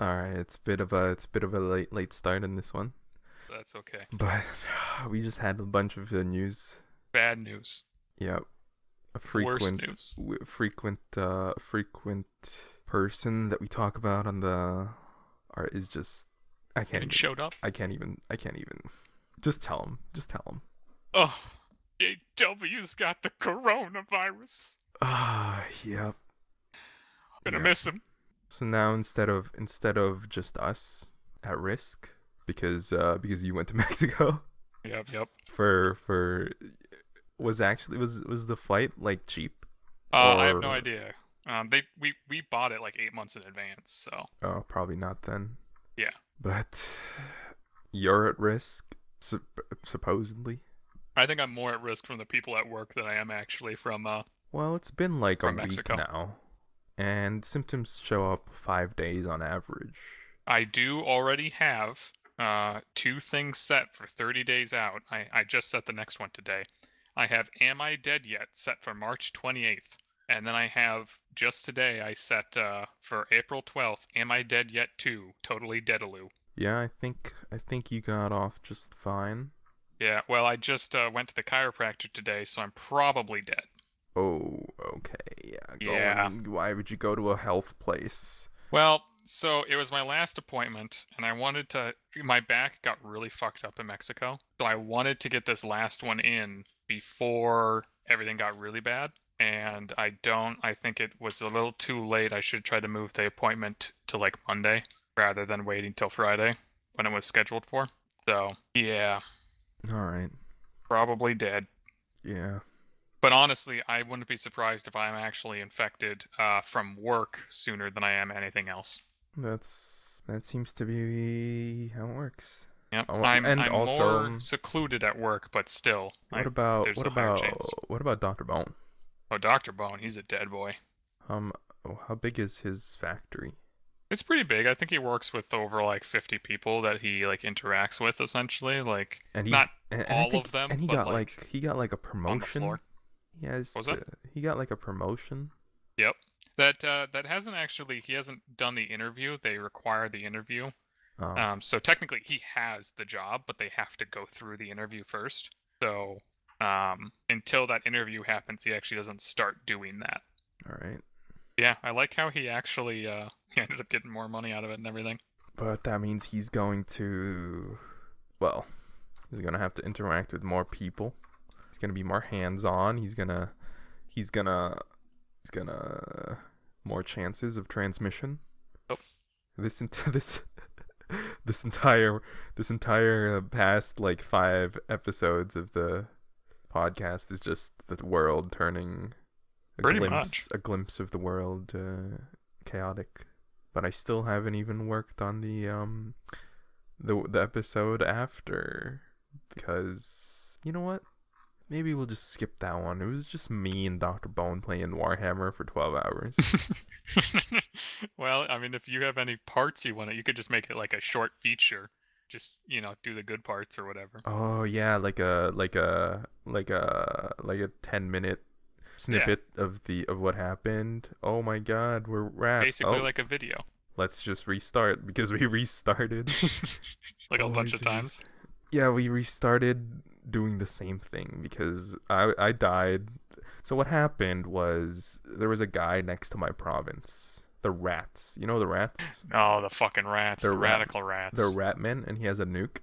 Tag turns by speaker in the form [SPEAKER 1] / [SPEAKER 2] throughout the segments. [SPEAKER 1] All right, it's a bit of a it's a bit of a late late start in this one,
[SPEAKER 2] That's okay.
[SPEAKER 1] but we just had a bunch of uh, news.
[SPEAKER 2] Bad news.
[SPEAKER 1] Yep, a frequent
[SPEAKER 2] news.
[SPEAKER 1] w- frequent uh frequent person that we talk about on the are is just I can't
[SPEAKER 2] And
[SPEAKER 1] even,
[SPEAKER 2] showed up.
[SPEAKER 1] I can't even I can't even just tell him just tell him.
[SPEAKER 2] Oh, JW's got the coronavirus.
[SPEAKER 1] Ah, yep.
[SPEAKER 2] Gonna
[SPEAKER 1] yep.
[SPEAKER 2] miss him.
[SPEAKER 1] So now instead of instead of just us at risk because uh because you went to Mexico
[SPEAKER 2] Yep, yep.
[SPEAKER 1] for for was actually was was the flight like cheap?
[SPEAKER 2] Uh, I have no
[SPEAKER 1] Or-
[SPEAKER 2] idea. Um, they we we bought it like eight months in advance, so
[SPEAKER 1] Oh, probably not then.
[SPEAKER 2] Yeah.
[SPEAKER 1] But you're at risk sup- supposedly.
[SPEAKER 2] I think I'm more at risk from the people at work than I am actually from. Uh,
[SPEAKER 1] Well, it's been like
[SPEAKER 2] From
[SPEAKER 1] a
[SPEAKER 2] Mexico.
[SPEAKER 1] week now. And symptoms show up 5 days on average.
[SPEAKER 2] I do already have uh two things set for 30 days out. I I just set the next one today. I have Am I Dead Yet set for March 28th, and then I have just today I set uh for April 12th Am I Dead Yet 2 Totally Deadaloo.
[SPEAKER 1] Yeah, I think I think you got off just fine.
[SPEAKER 2] Yeah, well I just uh, went to the chiropractor today, so I'm probably dead.
[SPEAKER 1] Oh, okay. Yeah. go
[SPEAKER 2] Yeah.
[SPEAKER 1] on. Why would you go to a health place?
[SPEAKER 2] Well, so it was my last appointment, and I wanted to. My back got really fucked up in Mexico, so I wanted to get this last one in before everything got really bad. And I don't. I think it was a little too late. I should try to move the appointment to like Monday rather than waiting till Friday when it was scheduled for. So yeah,
[SPEAKER 1] All right.
[SPEAKER 2] probably dead.
[SPEAKER 1] Yeah.
[SPEAKER 2] But honestly, I wouldn't be surprised if I'm actually infected uh, from work sooner than I am anything else.
[SPEAKER 1] That's that seems to be how it works.
[SPEAKER 2] Yep.
[SPEAKER 1] Oh,
[SPEAKER 2] I'm,
[SPEAKER 1] and
[SPEAKER 2] I'm
[SPEAKER 1] also-
[SPEAKER 2] more secluded at work, but still.
[SPEAKER 1] What
[SPEAKER 2] I-
[SPEAKER 1] about
[SPEAKER 2] there's
[SPEAKER 1] what
[SPEAKER 2] a higher
[SPEAKER 1] about
[SPEAKER 2] chance.
[SPEAKER 1] what about Dr. Bone?
[SPEAKER 2] oh, Dr. Bone, he's a dead boy.
[SPEAKER 1] Um oh, how big is his factory?
[SPEAKER 2] It's pretty big. I think he works with over like 50 people that he like interacts with essentially, like
[SPEAKER 1] And he's
[SPEAKER 2] not
[SPEAKER 1] and, and I
[SPEAKER 2] all
[SPEAKER 1] think-
[SPEAKER 2] of them,
[SPEAKER 1] And he
[SPEAKER 2] but,
[SPEAKER 1] got
[SPEAKER 2] like,
[SPEAKER 1] he got like a
[SPEAKER 2] on the
[SPEAKER 1] promotion.
[SPEAKER 2] floor.
[SPEAKER 1] He has
[SPEAKER 2] What was that?
[SPEAKER 1] to- he got like a promotion.
[SPEAKER 2] Yep. That uh, that hasn't actually he hasn't done the interview. They require the interview.
[SPEAKER 1] Oh,
[SPEAKER 2] Um, so technically he has the job, but they have to go through the interview first. So um, until that interview happens, he actually doesn't start doing that.
[SPEAKER 1] all right.
[SPEAKER 2] Yeah, I like how he actually uh he ended up getting more money out of it and everything.
[SPEAKER 1] But that means he's going to well, he's going to have to interact with more people. He's going to be more hands-on. He's going to he's going to he's going to more chances of transmission.
[SPEAKER 2] Yep.
[SPEAKER 1] This ent- this this entire this entire uh, past like 5 episodes of the podcast is just the world turning a
[SPEAKER 2] Pretty
[SPEAKER 1] glimpse a glimpse of the world uh, chaotic. But I still haven't even worked on the um the the episode after because you know what? Maybe we'll just skip that one. It was just me and Dr. Bone playing Warhammer for 12 hours.
[SPEAKER 2] well, I mean, if you have any parts you want to, you could just make it like a short feature. Just you know, do the good parts or whatever.
[SPEAKER 1] oh yeah, like a like a like a like a 10 minute snippet of the of what happened. Oh my god, we're wrapped.
[SPEAKER 2] Basically,
[SPEAKER 1] Oh,
[SPEAKER 2] like a video,
[SPEAKER 1] let's just restart because we restarted.
[SPEAKER 2] like a
[SPEAKER 1] All
[SPEAKER 2] bunch
[SPEAKER 1] Oh, these
[SPEAKER 2] of
[SPEAKER 1] videos.
[SPEAKER 2] times.
[SPEAKER 1] Yeah, we restarted doing the same thing because I I died. So what happened was there was a guy next to my province. The rats. You know the rats?
[SPEAKER 2] Oh, the fucking rats,
[SPEAKER 1] They're
[SPEAKER 2] the
[SPEAKER 1] rat-
[SPEAKER 2] radical rats.
[SPEAKER 1] The rat men and he has a nuke.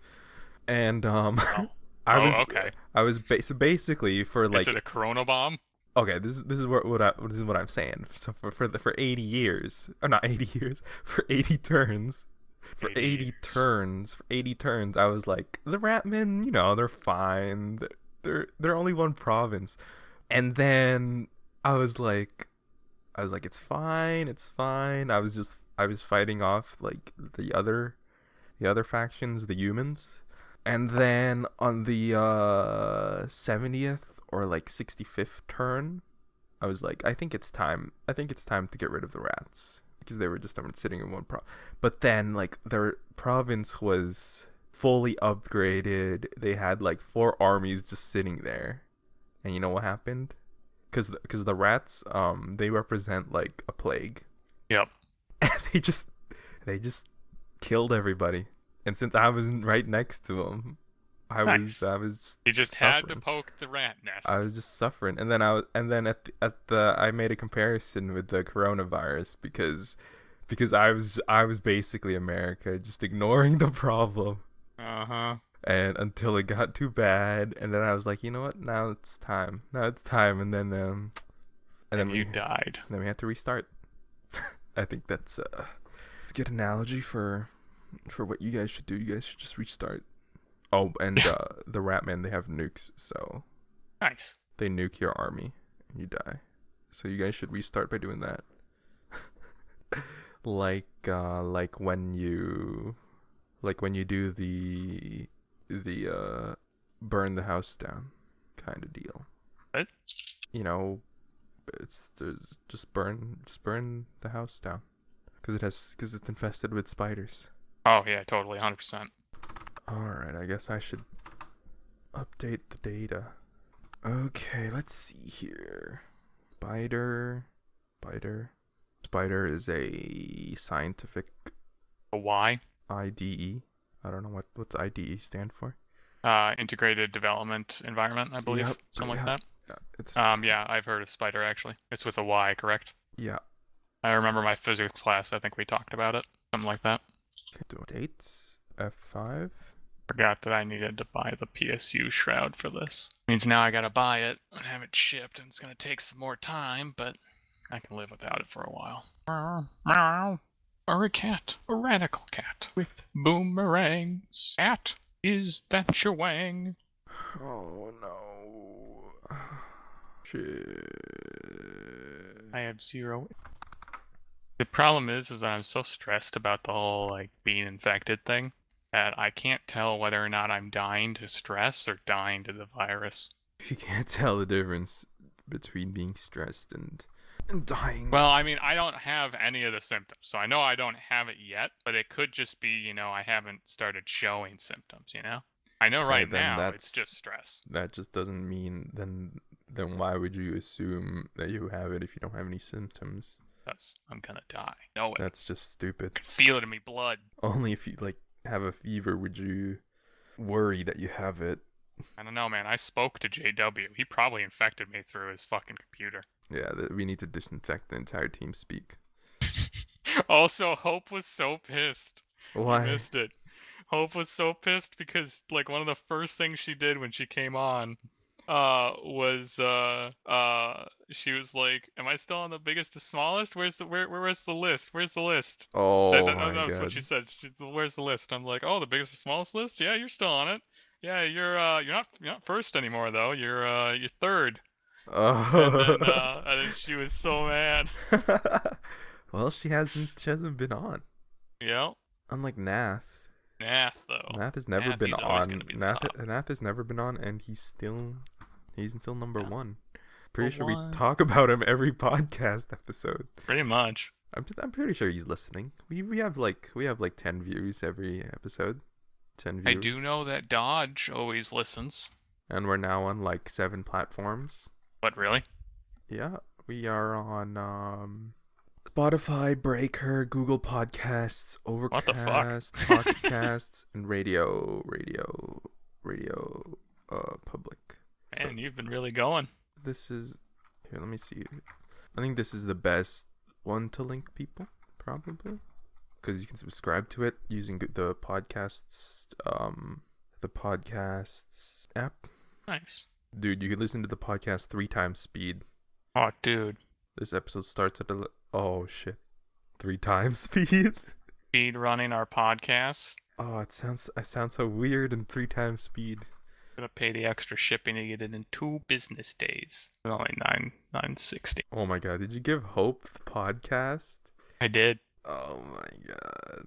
[SPEAKER 1] And um
[SPEAKER 2] Oh.
[SPEAKER 1] I
[SPEAKER 2] Oh,
[SPEAKER 1] was
[SPEAKER 2] okay.
[SPEAKER 1] I was ba- so basically for
[SPEAKER 2] Is
[SPEAKER 1] like
[SPEAKER 2] it a corona bomb?
[SPEAKER 1] okay, this is this is what, what I this is what I'm saying. So for for the, for 80 years, or not 80 years, for 80 turns, for 80,
[SPEAKER 2] 80 years.
[SPEAKER 1] turns, for 80 turns, I was like, the Ratmen, you know, they're fine. They're they're, they're only one province. And then I was like I was like it's fine, it's fine. I was just I was fighting off like the other the other factions, the humans. And then on the uh 70th or like 65th turn, I was like, I think it's time. I think it's time to get rid of the rats because they were just um, sitting in one pro. But then like their province was fully upgraded. They had like four armies just sitting there. And you know what happened? Cuz cuz the rats um they represent like a plague.
[SPEAKER 2] Yep.
[SPEAKER 1] And they just they just killed everybody. And since I was right next to him, I
[SPEAKER 2] Nice.
[SPEAKER 1] was I was just
[SPEAKER 2] He just had to
[SPEAKER 1] Suffering.
[SPEAKER 2] poke the rat nest.
[SPEAKER 1] I was just suffering, and then I was, and then at the, at the I made a comparison with the coronavirus because because I was I was basically America, just ignoring the problem,
[SPEAKER 2] Uh huh.
[SPEAKER 1] and until it got too bad, and then I was like, you know what? Now it's time. Now it's time, and then um, and then
[SPEAKER 2] And
[SPEAKER 1] we
[SPEAKER 2] you died.
[SPEAKER 1] then we had to restart. I think that's uh, it's a good analogy for for what you guys should do. You guys should just restart. Oh, and uh, the Ratmen they have nukes, so
[SPEAKER 2] Nice.
[SPEAKER 1] they nuke your army and you die. So you guys should restart by doing that. like uh like when you like when you do the the uh burn the house down kind of deal.
[SPEAKER 2] What?
[SPEAKER 1] You know, it's there's just burn just burn the house down cuz it has cuz it's infested with spiders.
[SPEAKER 2] Oh yeah, totally, hundred percent.
[SPEAKER 1] All right, I guess I should update the data. Okay, let's see here. Spider, spider, spider is a scientific
[SPEAKER 2] Why?
[SPEAKER 1] IDE. I don't know what what's IDE stand for.
[SPEAKER 2] Uh, integrated development environment, I believe,
[SPEAKER 1] Yep,
[SPEAKER 2] something
[SPEAKER 1] yep.
[SPEAKER 2] like
[SPEAKER 1] Yeah, it's
[SPEAKER 2] that. Um, yeah, I've heard of Spider actually. It's with a Y, correct?
[SPEAKER 1] yeah.
[SPEAKER 2] I remember my physics class. I think we talked about it, something like that.
[SPEAKER 1] Okay, do dates F five.
[SPEAKER 2] Forgot that I needed to buy the PSU shroud for this. Means now I gotta buy it and have it shipped, and it's gonna take some more time, but I can live without it for a while. Meow, meow. Or a cat, a radical cat with boomerangs. Cat, is that your wang?
[SPEAKER 1] Oh no. Shit.
[SPEAKER 2] I have zero. The problem is, is that I'm so stressed about the whole like being infected thing that I can't tell whether or not I'm dying to stress or dying to the virus.
[SPEAKER 1] If you can't tell the difference between being stressed and and dying.
[SPEAKER 2] Well, I mean, I don't have any of the symptoms, so I know I don't have it yet, but it could just be, you know, I haven't started showing symptoms, you know? I know
[SPEAKER 1] Okay,
[SPEAKER 2] right
[SPEAKER 1] then
[SPEAKER 2] now
[SPEAKER 1] that's-
[SPEAKER 2] it's just stress.
[SPEAKER 1] that just doesn't mean then then why would you assume that you have it if you don't have any symptoms?
[SPEAKER 2] That's, I'm gonna die. No, I
[SPEAKER 1] That's just stupid.
[SPEAKER 2] can feel it in me blood.
[SPEAKER 1] Only if you like have a fever would you worry that you have it.
[SPEAKER 2] I don't know, man. I spoke to JW. He probably infected me through his fucking computer.
[SPEAKER 1] Yeah, that we need to disinfect the entire team speak.
[SPEAKER 2] also, Hope was so pissed. I
[SPEAKER 1] Why?
[SPEAKER 2] missed it. Hope was so pissed because like one of the first things she did when she came on uh was uh uh she was like am i still on the biggest to smallest where's the where, where- where's the list where's the list
[SPEAKER 1] Oh
[SPEAKER 2] that, that,
[SPEAKER 1] my
[SPEAKER 2] that was
[SPEAKER 1] god.
[SPEAKER 2] what she said She's, where's the list i'm like oh the biggest to smallest list yeah you're still on it yeah you're uh you're not you're not first anymore though you're uh you're third and uh, then
[SPEAKER 1] Oh.
[SPEAKER 2] uh and then she was so mad
[SPEAKER 1] well, she hasn't she hasn't been on.
[SPEAKER 2] yeah
[SPEAKER 1] Unlike Nath.
[SPEAKER 2] Nath though
[SPEAKER 1] Nath has never
[SPEAKER 2] Oh, Nath,
[SPEAKER 1] been
[SPEAKER 2] he's always
[SPEAKER 1] on.
[SPEAKER 2] gonna be the
[SPEAKER 1] Nath,
[SPEAKER 2] top.
[SPEAKER 1] Nath has never been on, and he's still, he's still number
[SPEAKER 2] Yeah.
[SPEAKER 1] one. Pretty sure
[SPEAKER 2] one.
[SPEAKER 1] we talk about him every podcast episode.
[SPEAKER 2] pretty much
[SPEAKER 1] I'm just, I'm pretty sure he's listening. We we have like we have like ten views every episode. Ten
[SPEAKER 2] i
[SPEAKER 1] views.
[SPEAKER 2] do know that dodge always listens
[SPEAKER 1] And we're now on like seven platforms.
[SPEAKER 2] What really?
[SPEAKER 1] Yeah, we are on um, Spotify, Breaker, Google Podcasts,
[SPEAKER 2] the fuck?
[SPEAKER 1] Overcast, Pocket Casts, and Radio, Radio, Radio, uh, Public. So-
[SPEAKER 2] Man, you've been really going.
[SPEAKER 1] this is here let me see i think this is the best one to link people probably because you can subscribe to it using g- the podcasts um the podcasts app
[SPEAKER 2] Nice.
[SPEAKER 1] dude you can listen to the podcast three times speed
[SPEAKER 2] Oh, dude,
[SPEAKER 1] this episode starts at a oh shit three times speed
[SPEAKER 2] speed running our podcast.
[SPEAKER 1] oh it sounds i sound so weird in three times speed
[SPEAKER 2] Gonna pay the extra shipping to get it in two business days. It's Only nine nine sixty.
[SPEAKER 1] oh my god did you give hope the podcast
[SPEAKER 2] I did.
[SPEAKER 1] oh my god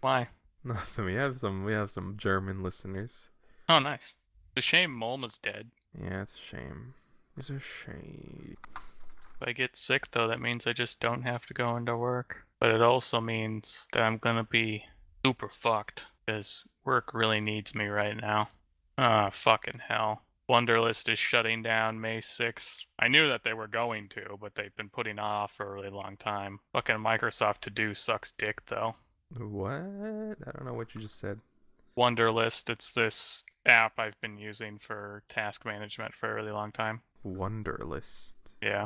[SPEAKER 2] Why?
[SPEAKER 1] Nothing. We have some. We have some German listeners.
[SPEAKER 2] Oh, nice. It's a shame Mulma's dead.
[SPEAKER 1] Yeah, it's a shame. It's a shame.
[SPEAKER 2] If I get sick though, that means I just don't have to go into work. But it also means that I'm gonna be super fucked because work really needs me right now. Ah, fucking hell. Wonderlist is shutting down May 6th. I knew that they were going to, but they've been putting off for a really long time. Fucking Microsoft To Do sucks dick though.
[SPEAKER 1] What? I don't know what you just said.
[SPEAKER 2] Wonderlist. It's this app I've been using for task management for a really long time.
[SPEAKER 1] Wonderlist.
[SPEAKER 2] Yeah.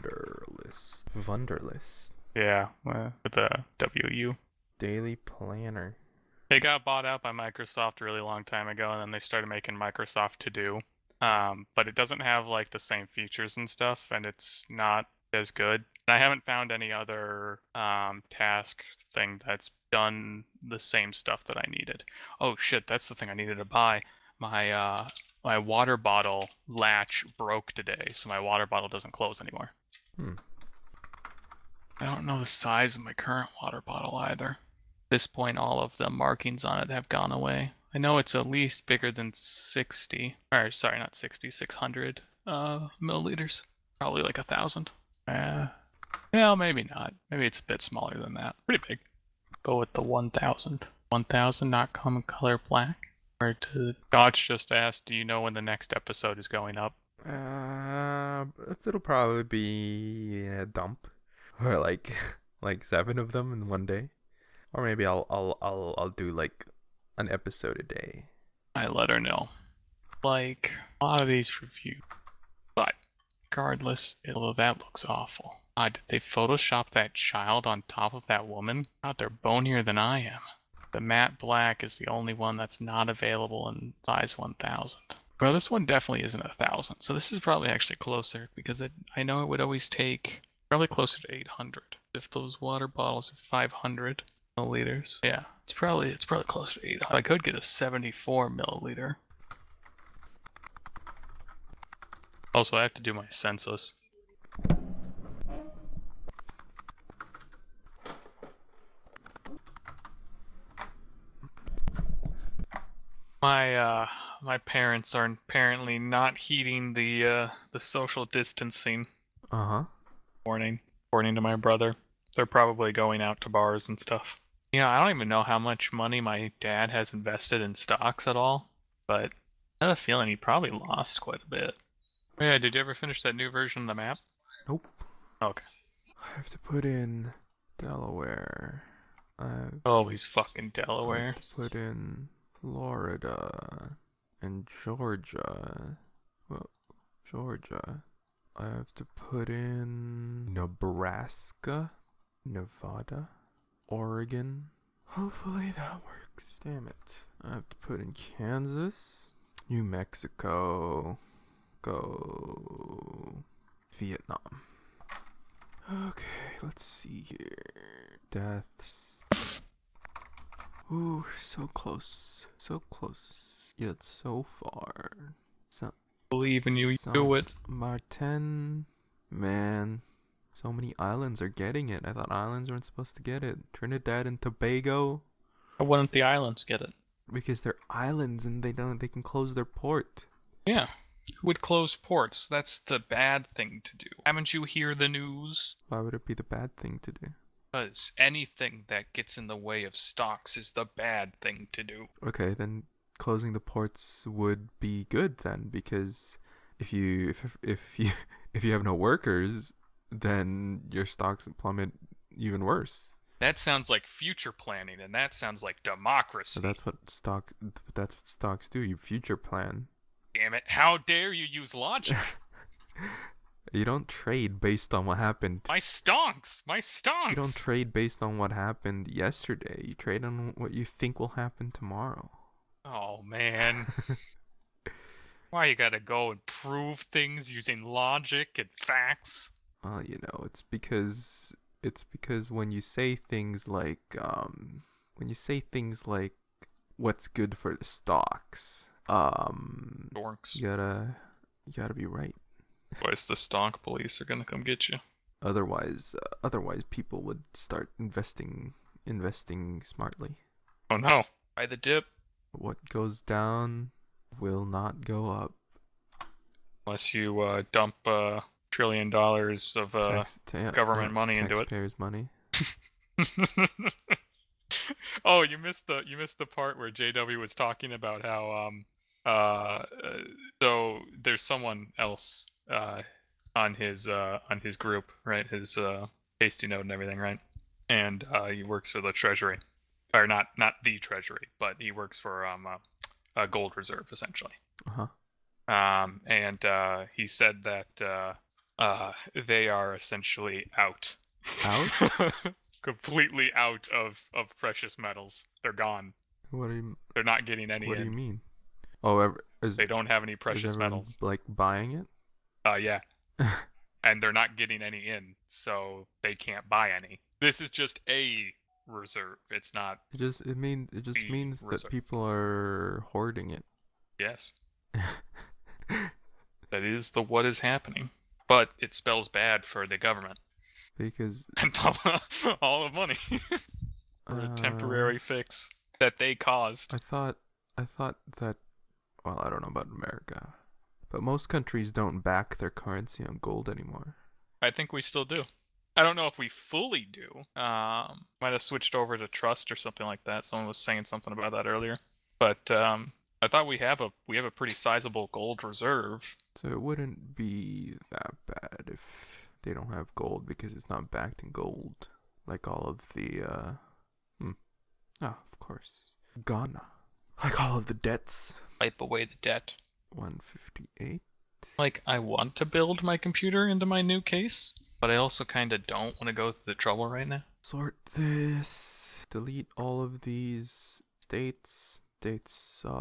[SPEAKER 1] Wonderlist. Wonderlist.
[SPEAKER 2] Yeah. uh, With a WU.
[SPEAKER 1] Daily planner.
[SPEAKER 2] It got bought out by Microsoft a really long time ago, and then they started making Microsoft To Do. Um, but it doesn't have like the same features and stuff, and it's not as good. And I haven't found any other um, task thing that's done the same stuff that I needed. Oh shit, that's the thing I needed to buy. My uh, my water bottle latch broke today, so my water bottle doesn't close anymore.
[SPEAKER 1] Hmm.
[SPEAKER 2] I don't know the size of my current water bottle either this point all of the markings on it have gone away. I know it's at least bigger than 60, or sorry, not 60, 600 uh, milliliters. Probably like a thousand. Uh, well, maybe not. Maybe it's a bit smaller than that. Pretty big. Go with the 1000. 1000 not common color black. Or to Dodge just asked, do you know when the next episode is going up?
[SPEAKER 1] Uh, it's, it'll probably be a dump, or like like seven of them in one day, or maybe I'll I'll I'll I'll do like an episode a day.
[SPEAKER 2] I let her know. Like a lot of these reviews. But regardless, although that looks awful. Ah, did they Photoshop that child on top of that woman? God, they're bonier than I am. The matte black is the only one that's not available in size 1000. Well, this one definitely isn't a thousand, so this is probably actually closer because it, I know it would always take probably closer to 800. If those water bottles are 500 milliliters, yeah, it's probably it's probably closer to 800. I could get a 74 milliliter. Also, I have to do my census. My uh, my parents are apparently not heeding the uh, the social distancing
[SPEAKER 1] Uh huh.
[SPEAKER 2] warning. According to my brother, they're probably going out to bars and stuff. You know, I don't even know how much money my dad has invested in stocks at all, but I have a feeling he probably lost quite a bit. Oh, yeah, did you ever finish that new version of the map?
[SPEAKER 1] Nope.
[SPEAKER 2] Okay.
[SPEAKER 1] I have to put in Delaware. I
[SPEAKER 2] Always Oh, fucking Delaware.
[SPEAKER 1] I've Put in Florida and Georgia. Well, Georgia. I have to put in Nebraska, Nevada, Oregon. Hopefully that works. Damn it. I have to put in Kansas, New Mexico, go Vietnam. Okay, let's see here. Deaths. Ooh, we're so close. So close. Yet so far. Sa-
[SPEAKER 2] Believe in you, you do it.
[SPEAKER 1] Martin. Man. So many islands are getting it. I thought islands weren't supposed to get it. Trinidad and Tobago.
[SPEAKER 2] Why wouldn't the islands get it?
[SPEAKER 1] Because they're islands and they don't they can close their port.
[SPEAKER 2] Yeah. Who would close ports? That's the bad thing to do. Haven't you hear the news?
[SPEAKER 1] Why would it be the bad thing to do?
[SPEAKER 2] Because anything that gets in the way of stocks is the bad thing to do.
[SPEAKER 1] Okay, then closing the ports would be good then because if you if if you if you have no workers, then your stocks plummet even worse.
[SPEAKER 2] That sounds like future planning, and that sounds like
[SPEAKER 1] So
[SPEAKER 2] democracy.
[SPEAKER 1] that's what stock that's what stocks do. You future plan.
[SPEAKER 2] Damn it! How dare you use logic?
[SPEAKER 1] You don't trade based on what happened.
[SPEAKER 2] my stonks! My stonks!
[SPEAKER 1] You don't trade based on what happened yesterday. You trade on what you think will happen tomorrow.
[SPEAKER 2] oh man. Why you gotta go and prove things using logic and facts?
[SPEAKER 1] Well, you know, it's because it's because when you say things like um when you say things like what's good for the stocks, um
[SPEAKER 2] Dorks.
[SPEAKER 1] you gotta you gotta be right.
[SPEAKER 2] Boys, the stonk police are gonna come get you.
[SPEAKER 1] Otherwise uh, otherwise people would start investing investing smartly.
[SPEAKER 2] Oh no! By the dip.
[SPEAKER 1] What goes down will not go up.
[SPEAKER 2] Unless you uh, dump a uh, trillion dollars of uh,
[SPEAKER 1] Tax- ta-
[SPEAKER 2] government
[SPEAKER 1] yeah,
[SPEAKER 2] money into it.
[SPEAKER 1] Taxpayers' money.
[SPEAKER 2] oh, you missed the you missed the part where JW was talking about how um uh, uh so there's someone else uh on his uh on his group right his uh tasty note and everything right and uh, he works for the Treasury, or not not the Treasury, but he works for um, a, a gold reserve essentially.
[SPEAKER 1] Uh-huh.
[SPEAKER 2] Um, and uh, he said that uh, uh, they are essentially out,
[SPEAKER 1] Out?
[SPEAKER 2] completely out of of precious metals. They're gone.
[SPEAKER 1] What do you
[SPEAKER 2] They're not getting any.
[SPEAKER 1] What do
[SPEAKER 2] in.
[SPEAKER 1] you mean? Oh, ever, is,
[SPEAKER 2] They
[SPEAKER 1] is
[SPEAKER 2] don't have any precious
[SPEAKER 1] everyone,
[SPEAKER 2] metals.
[SPEAKER 1] like buying it?
[SPEAKER 2] Uh, yeah. and they're not getting any in, so they can't buy any. This is just a reserve. It's not.
[SPEAKER 1] It just it mean it just
[SPEAKER 2] The
[SPEAKER 1] means that
[SPEAKER 2] reserve.
[SPEAKER 1] people are hoarding it.
[SPEAKER 2] Yes. That is the what is happening. But it spells bad for the government
[SPEAKER 1] because
[SPEAKER 2] and all, all the money for a
[SPEAKER 1] uh,
[SPEAKER 2] temporary fix that they caused.
[SPEAKER 1] I thought I thought that well, I don't know about America. But most countries don't back their currency on gold anymore.
[SPEAKER 2] I think we still do. I don't know if we fully do. Um, might have switched over to trust or something like that. Someone was saying something about that earlier. But um, I thought we have a we have a pretty sizable gold reserve.
[SPEAKER 1] So it wouldn't be that bad if they don't have gold because it's not backed in gold like all of the uh hmm. Ah, of course. Ghana. Like all of the debts.
[SPEAKER 2] Wipe away the debt.
[SPEAKER 1] 158.
[SPEAKER 2] Like I want to build my computer into my new case, but I also kind of don't want to go through the trouble right now.
[SPEAKER 1] Sort this. Delete all of these states. States suck.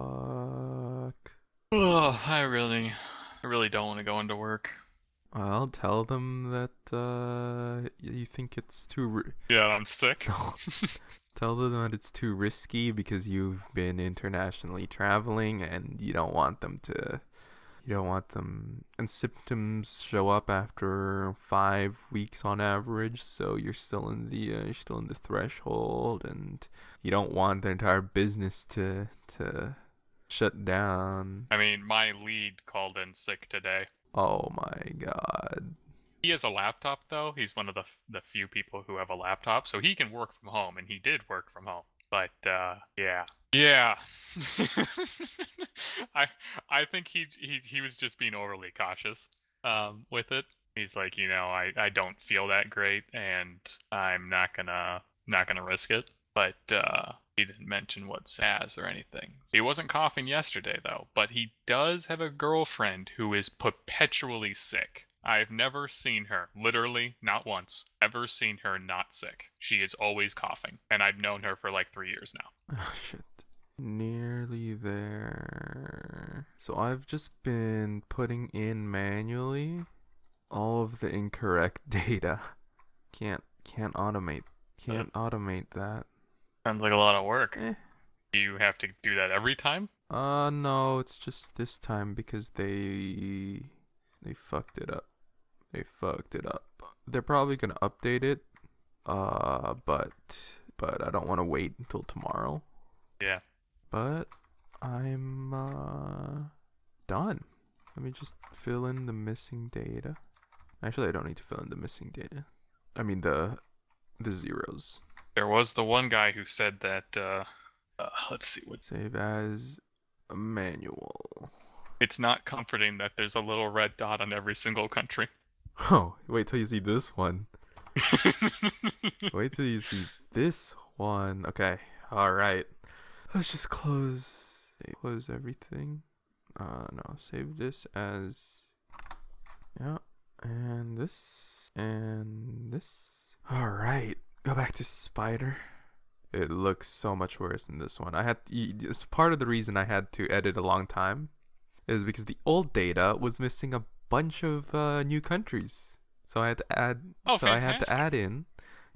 [SPEAKER 2] Oh, I really, I really don't want to go into work.
[SPEAKER 1] I'll tell them that uh, you think it's too. Ri-
[SPEAKER 2] Yeah, I'm sick.
[SPEAKER 1] no. tell them that it's too risky because you've been internationally traveling and you don't want them to. You don't want them. And symptoms show up after five weeks on average, so you're still in the uh, you're still in the threshold, and you don't want their entire business to to shut down.
[SPEAKER 2] I mean, my lead called in sick today.
[SPEAKER 1] Oh my god.
[SPEAKER 2] He has a laptop though. He's one of the the few people who have a laptop, so he can work from home, and he did work from home. But uh, yeah, yeah. I I think he he he was just being overly cautious um, with it. He's like, you know, I I don't feel that great, and I'm not gonna not gonna risk it. But uh, he didn't mention what SAS or anything. He wasn't coughing yesterday though, but he does have a girlfriend who is perpetually sick. I've never seen her, literally not once, ever seen her not sick. She is always coughing, and I've known her for like three years now.
[SPEAKER 1] Oh shit. Nearly there. So I've just been putting in manually all of the incorrect data. Can't can't automate can't automate that.
[SPEAKER 2] Sounds like a lot of work.
[SPEAKER 1] Eh.
[SPEAKER 2] You have to do that every time.
[SPEAKER 1] Uh no, it's just this time because they they fucked it up. They fucked it up. They're probably gonna update it. Uh but but I don't wanna wait until tomorrow.
[SPEAKER 2] Yeah.
[SPEAKER 1] But I'm uh done. Let me just fill in the missing data. Actually I don't need to fill in the missing data. I mean the the zeros.
[SPEAKER 2] There was the one guy who said that. Uh, uh, let's see what.
[SPEAKER 1] Save as a manual.
[SPEAKER 2] It's not comforting that there's a little red dot on every single country.
[SPEAKER 1] Oh, wait till you see this one. Wait till you see this one. Okay. All right. Let's just close close everything. Uh no, save this as Yeah, and this and this. All right. Go back to spider. It looks so much worse than this one. I had y- it's part of the reason I had to edit a long time is because the old data was missing a bunch of uh, new countries. So I had to add
[SPEAKER 2] Oh,
[SPEAKER 1] so I had to
[SPEAKER 2] fantastic.
[SPEAKER 1] add in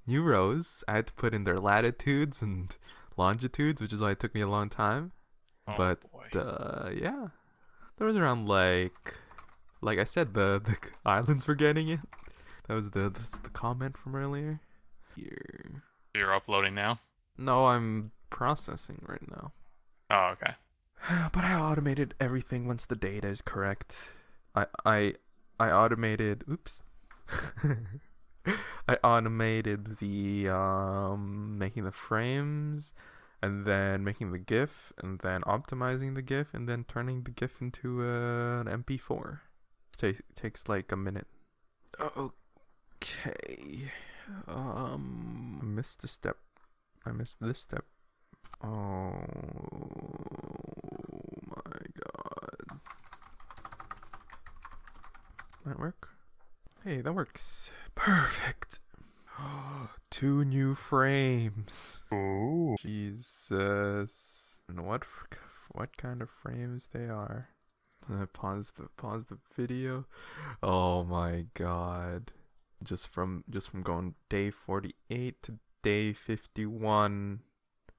[SPEAKER 1] new rows. I had to put in their latitudes and longitudes, which is why it took me a long time.
[SPEAKER 2] Oh,
[SPEAKER 1] but
[SPEAKER 2] boy.
[SPEAKER 1] uh, yeah, there was around like, like I said, the the c- islands were getting it. That was the the, the comment from earlier. Here,
[SPEAKER 2] You're uploading now.
[SPEAKER 1] no, I'm processing right now.
[SPEAKER 2] Oh, okay.
[SPEAKER 1] But I automated everything once the data is correct. I I I automated. Oops. I automated the um making the frames, and then making the GIF, and then optimizing the GIF, and then turning the GIF into uh, an MP4. Takes takes like a minute. Okay. Um, I missed a step. I missed this step. Oh my god. That work? Hey, that works. Perfect. Two new frames.
[SPEAKER 2] Ooh.
[SPEAKER 1] Jesus. And what f- what kind of frames they are? Uh, pause the pause the video. Oh my god. Just from just from going day 48 to day 51.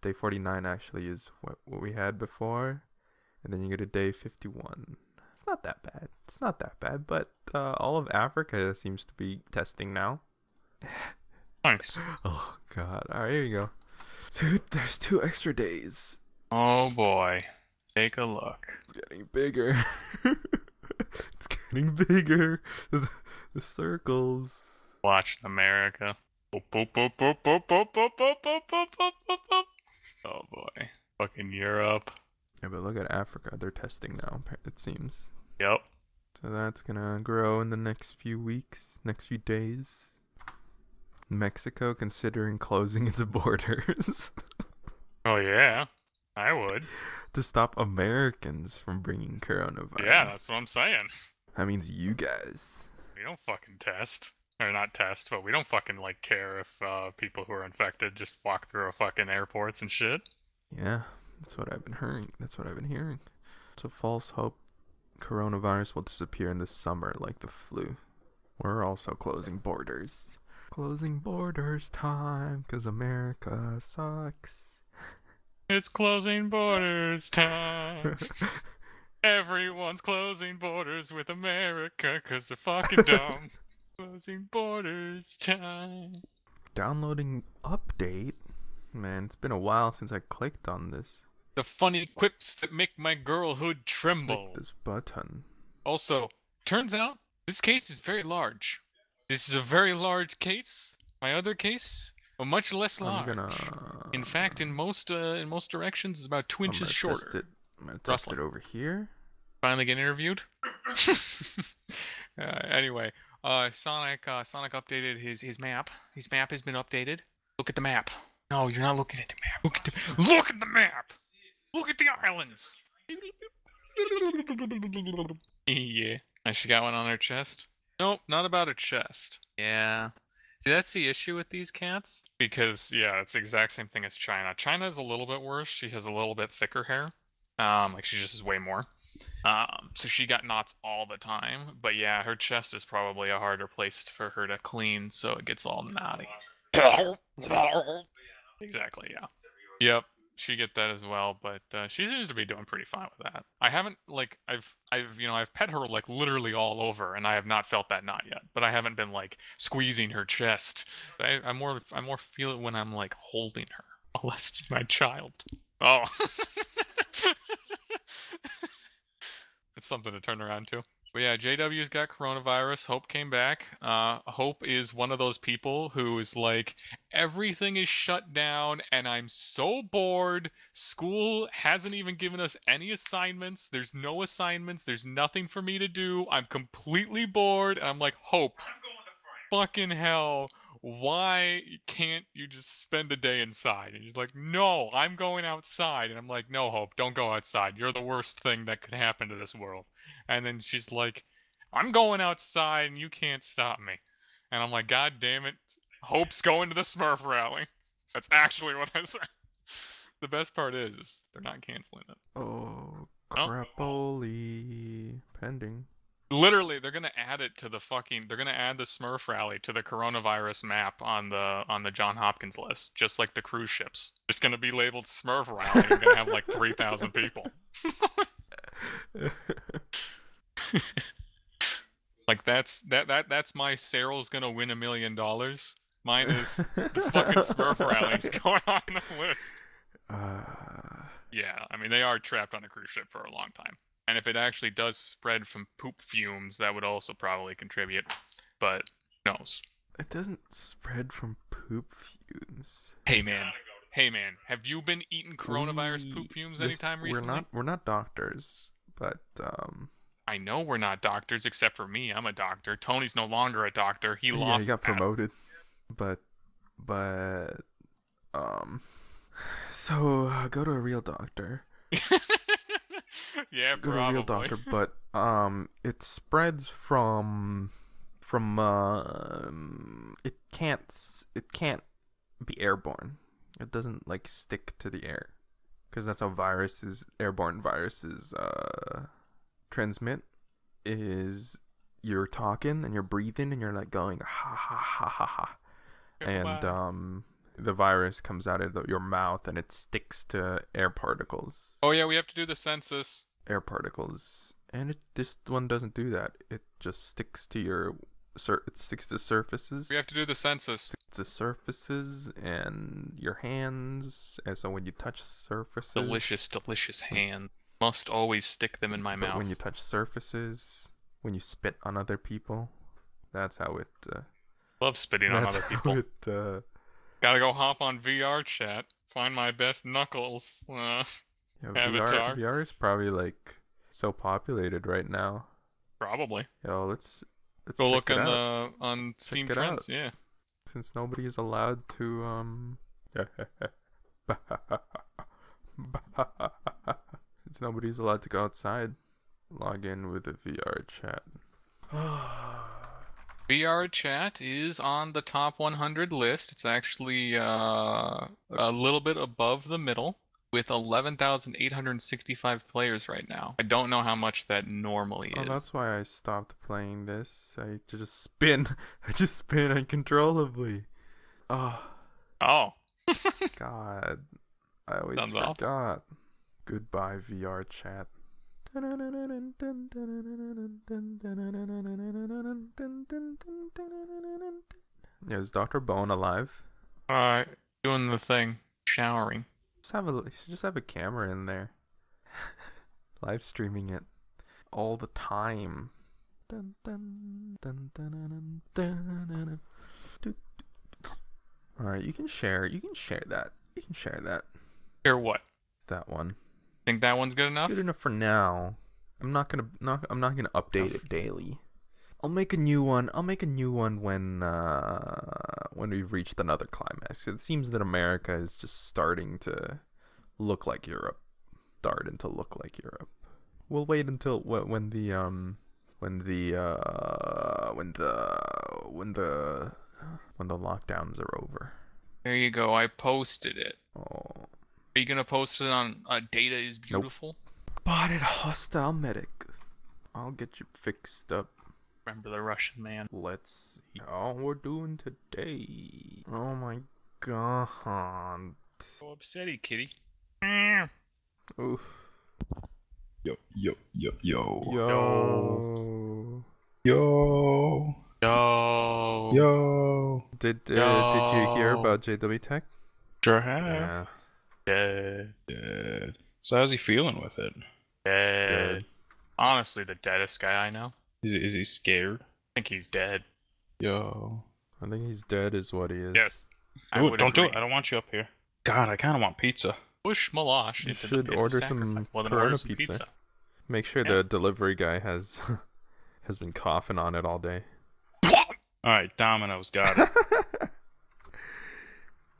[SPEAKER 1] Day 49 actually is what what we had before. And then you go to day 51. It's not that bad. It's not that bad, but uh, all of Africa seems to be testing now.
[SPEAKER 2] Nice.
[SPEAKER 1] Oh god. All right, here you go. Dude, there's two extra days.
[SPEAKER 2] Oh boy. Take a look.
[SPEAKER 1] It's getting bigger. it's getting bigger. The, the circles.
[SPEAKER 2] Watch America. Boop, boop, boop, boop, boop, boop, boop, boop, boop, boop, boop, boop, boop. Oh boy. Fucking Europe.
[SPEAKER 1] Yeah, but look at Africa. They're testing now, appa- it seems.
[SPEAKER 2] Yep.
[SPEAKER 1] So that's gonna grow in the next few weeks, next few days. Mexico considering closing its borders
[SPEAKER 2] Oh yeah. I would.
[SPEAKER 1] to stop Americans from bringing coronavirus.
[SPEAKER 2] Yeah, that's what I'm saying.
[SPEAKER 1] That means you guys.
[SPEAKER 2] We don't fucking test. Or not test, but we don't fucking like care if uh, people who are infected just walk through our fucking airports and shit.
[SPEAKER 1] Yeah, that's what I've been hearing. That's what I've been hearing. It's a false hope coronavirus will disappear in the summer like the flu. We're also closing borders. Closing borders time, 'cause America sucks.
[SPEAKER 2] It's closing borders time. Everyone's closing borders with America because they're fucking dumb. closing borders time.
[SPEAKER 1] Downloading update? Man, it's been a while since I clicked on this.
[SPEAKER 2] The funny quips that make my girlhood tremble.
[SPEAKER 1] Click this button.
[SPEAKER 2] Also, turns out this case is very large. This is a very large case. My other case, a much less large.
[SPEAKER 1] I'm gonna.
[SPEAKER 2] In fact, in most uh, in most directions, it's about two
[SPEAKER 1] I'm
[SPEAKER 2] inches
[SPEAKER 1] gonna
[SPEAKER 2] shorter.
[SPEAKER 1] Test it. I'm gonna test
[SPEAKER 2] Roughly.
[SPEAKER 1] it over here.
[SPEAKER 2] finally get interviewed. uh, anyway, uh, Sonic uh, Sonic updated his his map. His map has been updated. Look at the map. No, you're not looking at the map. Look at the look at the map. Look at the islands. yeah. And she got one on her chest. Nope, not about her chest. Yeah. See, that's the issue with these cats. Because yeah, it's the exact same thing as China. China's a little bit worse. She has a little bit thicker hair. Um, like she just has way more. Um, so she got knots all the time, but yeah, her chest is probably a harder place for her to clean, so it gets all knotty. exactly, yeah. Yep, she get that as well, but uh, she seems to be doing pretty fine with that. I haven't like I've I've you know I've pet her like literally all over, and I have not felt that knot yet. But I haven't been like squeezing her chest. I, I more I more feel it when I'm like holding her, unless it's my child. Oh. it's something to turn around to. But yeah, JW's got coronavirus. Hope came back. Uh, Hope is one of those people who is like, everything is shut down and I'm so bored. School hasn't even given us any assignments. There's no assignments. There's nothing for me to do. I'm completely bored. And I'm like, Hope, fucking hell. Why can't you just spend a day inside? And she's like, No, I'm going outside. And I'm like, No, Hope, don't go outside. You're the worst thing that could happen to this world. And then she's like, I'm going outside and you can't stop me. And I'm like, God damn it. Hope's going to the Smurf rally. That's actually what I said. The best part is, is they're not canceling it.
[SPEAKER 1] Oh, crapoli. Pending.
[SPEAKER 2] Literally, they're gonna add it to the fucking. They're gonna add the Smurf rally to the coronavirus map on the on the John Hopkins list, just like the cruise ships. It's gonna be labeled Smurf rally. You're gonna have like three thousand people. Like that's that that that's my Cyril's gonna win a million dollars. Mine is the fucking Smurf rally's going on the list.
[SPEAKER 1] Uh,
[SPEAKER 2] Yeah, I mean they are trapped on a cruise ship for a long time. And if it actually does spread from poop fumes, that would also probably contribute. But who knows?
[SPEAKER 1] it doesn't spread from poop fumes.
[SPEAKER 2] Hey man. Hey man, have you been eating coronavirus
[SPEAKER 1] We-
[SPEAKER 2] poop fumes
[SPEAKER 1] this-
[SPEAKER 2] anytime recently?
[SPEAKER 1] We're not. We're not doctors, but um.
[SPEAKER 2] I know we're not doctors except for me. I'm a doctor. Tony's no longer a doctor. He
[SPEAKER 1] yeah,
[SPEAKER 2] lost
[SPEAKER 1] he got
[SPEAKER 2] that.
[SPEAKER 1] promoted. but but um so uh, go to a real doctor
[SPEAKER 2] yeah,
[SPEAKER 1] go
[SPEAKER 2] probably.
[SPEAKER 1] to a real doctor but um it spreads from from um it can't s- it can't be airborne it doesn't like stick to the air because that's how viruses airborne viruses uh transmit is you're talking and you're breathing and you're like going ha ha ha ha ha and
[SPEAKER 2] Goodbye.
[SPEAKER 1] um the virus comes out of the, your mouth and it sticks to air particles
[SPEAKER 2] oh yeah, we have to do the census.
[SPEAKER 1] air particles and it this one doesn't do that it just sticks to your sur- it sticks to surfaces
[SPEAKER 2] We have to do the census.
[SPEAKER 1] to surfaces and your hands and so when you touch surfaces
[SPEAKER 2] Delicious, delicious hand. Must always stick them in my
[SPEAKER 1] but
[SPEAKER 2] mouth.
[SPEAKER 1] when you touch surfaces when you spit on other people that's how it uh,
[SPEAKER 2] Love spitting on
[SPEAKER 1] that's
[SPEAKER 2] other
[SPEAKER 1] how
[SPEAKER 2] people.
[SPEAKER 1] it uh,
[SPEAKER 2] Gotta go hop on VR chat. Find my best knuckles. Uh,
[SPEAKER 1] Yeah,
[SPEAKER 2] Avatar.
[SPEAKER 1] VR, VR is probably like so populated right now.
[SPEAKER 2] probably.
[SPEAKER 1] Yo, let's let's
[SPEAKER 2] Go
[SPEAKER 1] check
[SPEAKER 2] look
[SPEAKER 1] it
[SPEAKER 2] on
[SPEAKER 1] out
[SPEAKER 2] the on Steam
[SPEAKER 1] it
[SPEAKER 2] Trends. Yeah.
[SPEAKER 1] since nobody is allowed to um. since nobody's allowed to go outside, log in with a VR chat. Oh,
[SPEAKER 2] VR chat is on the top 100 list. It's actually uh, a little bit above the middle with 11,865 players right now. I don't know how much that normally
[SPEAKER 1] Oh,
[SPEAKER 2] is.
[SPEAKER 1] that's why I stopped playing this. I just spin. I just spin uncontrollably. Oh
[SPEAKER 2] Oh.
[SPEAKER 1] God, I always
[SPEAKER 2] Sounds awful.
[SPEAKER 1] forgot. Goodbye VR chat. Yeah, is Doctor Bone alive?
[SPEAKER 2] Uh, doing the thing. Showering.
[SPEAKER 1] Just have a you should just have a camera in there. Live streaming it all the time. Dun, dun, dun, dun, dun, dun, dun, dun, dun. Doo, doo, doo. All right, you can share. You can share that. You can share that.
[SPEAKER 2] Here, what?
[SPEAKER 1] That one.
[SPEAKER 2] Think that one's good enough?
[SPEAKER 1] Good enough for now. I'm not gonna not I'm not gonna update it daily. I'll make a new one. I'll make a new one when uh when we've reached another climax. It seems that America is just starting to look like Europe. Starting to look like Europe. We'll wait until wh- when the um when the uh when the when the when the lockdowns are over.
[SPEAKER 2] There you go. I posted it.
[SPEAKER 1] Oh.
[SPEAKER 2] Are you gonna post it on uh, Data is Beautiful?
[SPEAKER 1] Spotted hostile medic. I'll get you fixed up.
[SPEAKER 2] Remember the Russian man.
[SPEAKER 1] Let's see how we're doing today. Oh my god.
[SPEAKER 2] So upsetty, kitty.
[SPEAKER 1] Oof.
[SPEAKER 3] Yo, yo, yo, yo.
[SPEAKER 1] Yo.
[SPEAKER 3] Yo.
[SPEAKER 2] Yo.
[SPEAKER 3] Yo.
[SPEAKER 1] Did uh, did you hear
[SPEAKER 2] Yo.
[SPEAKER 1] about JW Tech?
[SPEAKER 3] Sure have. Dead. So how's he feeling with it?
[SPEAKER 2] Dead.
[SPEAKER 1] Dead.
[SPEAKER 2] Honestly, the deadest guy I know.
[SPEAKER 3] Is he, is he scared?
[SPEAKER 2] I think he's dead.
[SPEAKER 3] Yo.
[SPEAKER 1] I think he's dead is what he is.
[SPEAKER 2] Yes. I
[SPEAKER 3] Ooh,
[SPEAKER 2] would
[SPEAKER 3] don't do
[SPEAKER 2] agree.
[SPEAKER 3] it. I don't want you up here. God, I kind of want pizza.
[SPEAKER 2] Push Malosh.
[SPEAKER 1] You
[SPEAKER 2] into the
[SPEAKER 1] should
[SPEAKER 2] pit of
[SPEAKER 1] order some
[SPEAKER 2] sacrifice. well, then
[SPEAKER 1] Corona
[SPEAKER 2] order some
[SPEAKER 1] pizza.
[SPEAKER 2] pizza.
[SPEAKER 1] Make sure
[SPEAKER 2] Yeah.
[SPEAKER 1] the delivery guy has has been coughing on it all day.
[SPEAKER 3] All right, Domino's got it. Mm.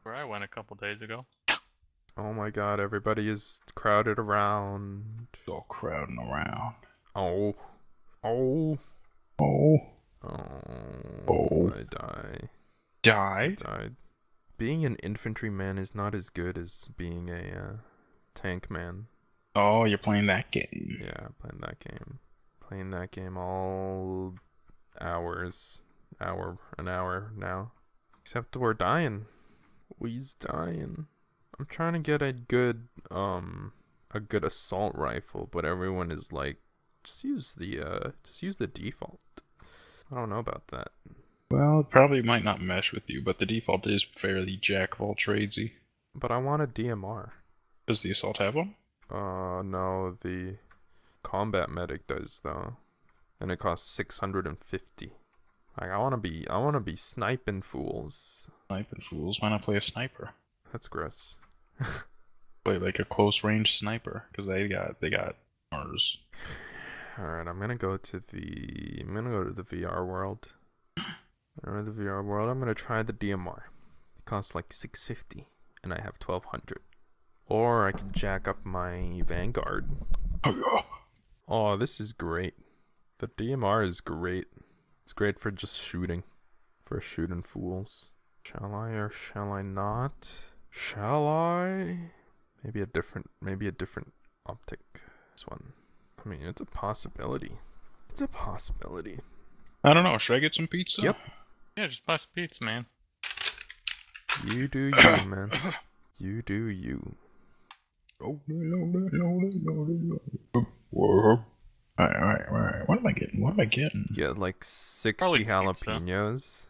[SPEAKER 2] Where I went a couple days ago.
[SPEAKER 1] oh my god, everybody is crowded around.
[SPEAKER 3] All crowding around.
[SPEAKER 1] Oh. Oh.
[SPEAKER 3] Oh.
[SPEAKER 1] Oh.
[SPEAKER 3] Oh.
[SPEAKER 1] I die.
[SPEAKER 3] Die.
[SPEAKER 1] died. Being an infantryman is not as good as being a uh, tank man.
[SPEAKER 3] Oh, you're playing that game.
[SPEAKER 1] Yeah, playing that game, playing that game all hours, hour an hour now. Except we're dying. We's dying. I'm trying to get a good um a good assault rifle, but everyone is like, just use the uh just use the default. I don't know about that.
[SPEAKER 3] Well, it probably might not mesh with you, but the default is fairly jack of all tradesy.
[SPEAKER 1] But I want a DMR.
[SPEAKER 3] Does the assault have one?
[SPEAKER 1] Uh, no, the combat medic does though, and it costs six hundred and fifty. Like I wanna be, I wanna be sniping fools.
[SPEAKER 3] Sniping fools. Why not play a sniper?
[SPEAKER 1] That's gross.
[SPEAKER 3] play like a close range sniper because they got they got Mars.
[SPEAKER 1] All right, I'm gonna go to the, I'm gonna go to the VR world. Out of the VR world, I'm gonna try the DMR. It costs like 650, and I have 1200. Or I can jack up my Vanguard.
[SPEAKER 3] Oh, yeah.
[SPEAKER 1] Oh, this is great. The DMR is great. It's great for just shooting, for shooting fools. Shall I or shall I not? Shall I? Maybe a different, maybe a different optic. This one. I mean, it's a possibility. It's a possibility.
[SPEAKER 3] I don't know. Should I get some pizza?
[SPEAKER 1] Yep.
[SPEAKER 2] Yeah, just bust beats, man.
[SPEAKER 1] You do you, man. You do you.
[SPEAKER 3] Alright, alright, alright. What am I getting? What am I getting?
[SPEAKER 1] Yeah, like 60
[SPEAKER 2] Probably pizza.
[SPEAKER 1] jalapenos.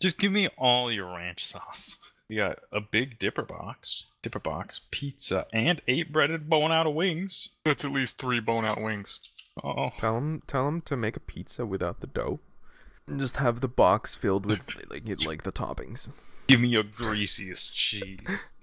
[SPEAKER 3] Just give me all your ranch sauce. We got a big dipper box, dipper box, pizza, and eight breaded bone out of wings.
[SPEAKER 2] That's at least three bone out wings.
[SPEAKER 3] Oh,
[SPEAKER 1] Tell him, tell him to make a pizza without the dough. And just have the box filled with like it- like the toppings.
[SPEAKER 3] give me your greasiest cheese.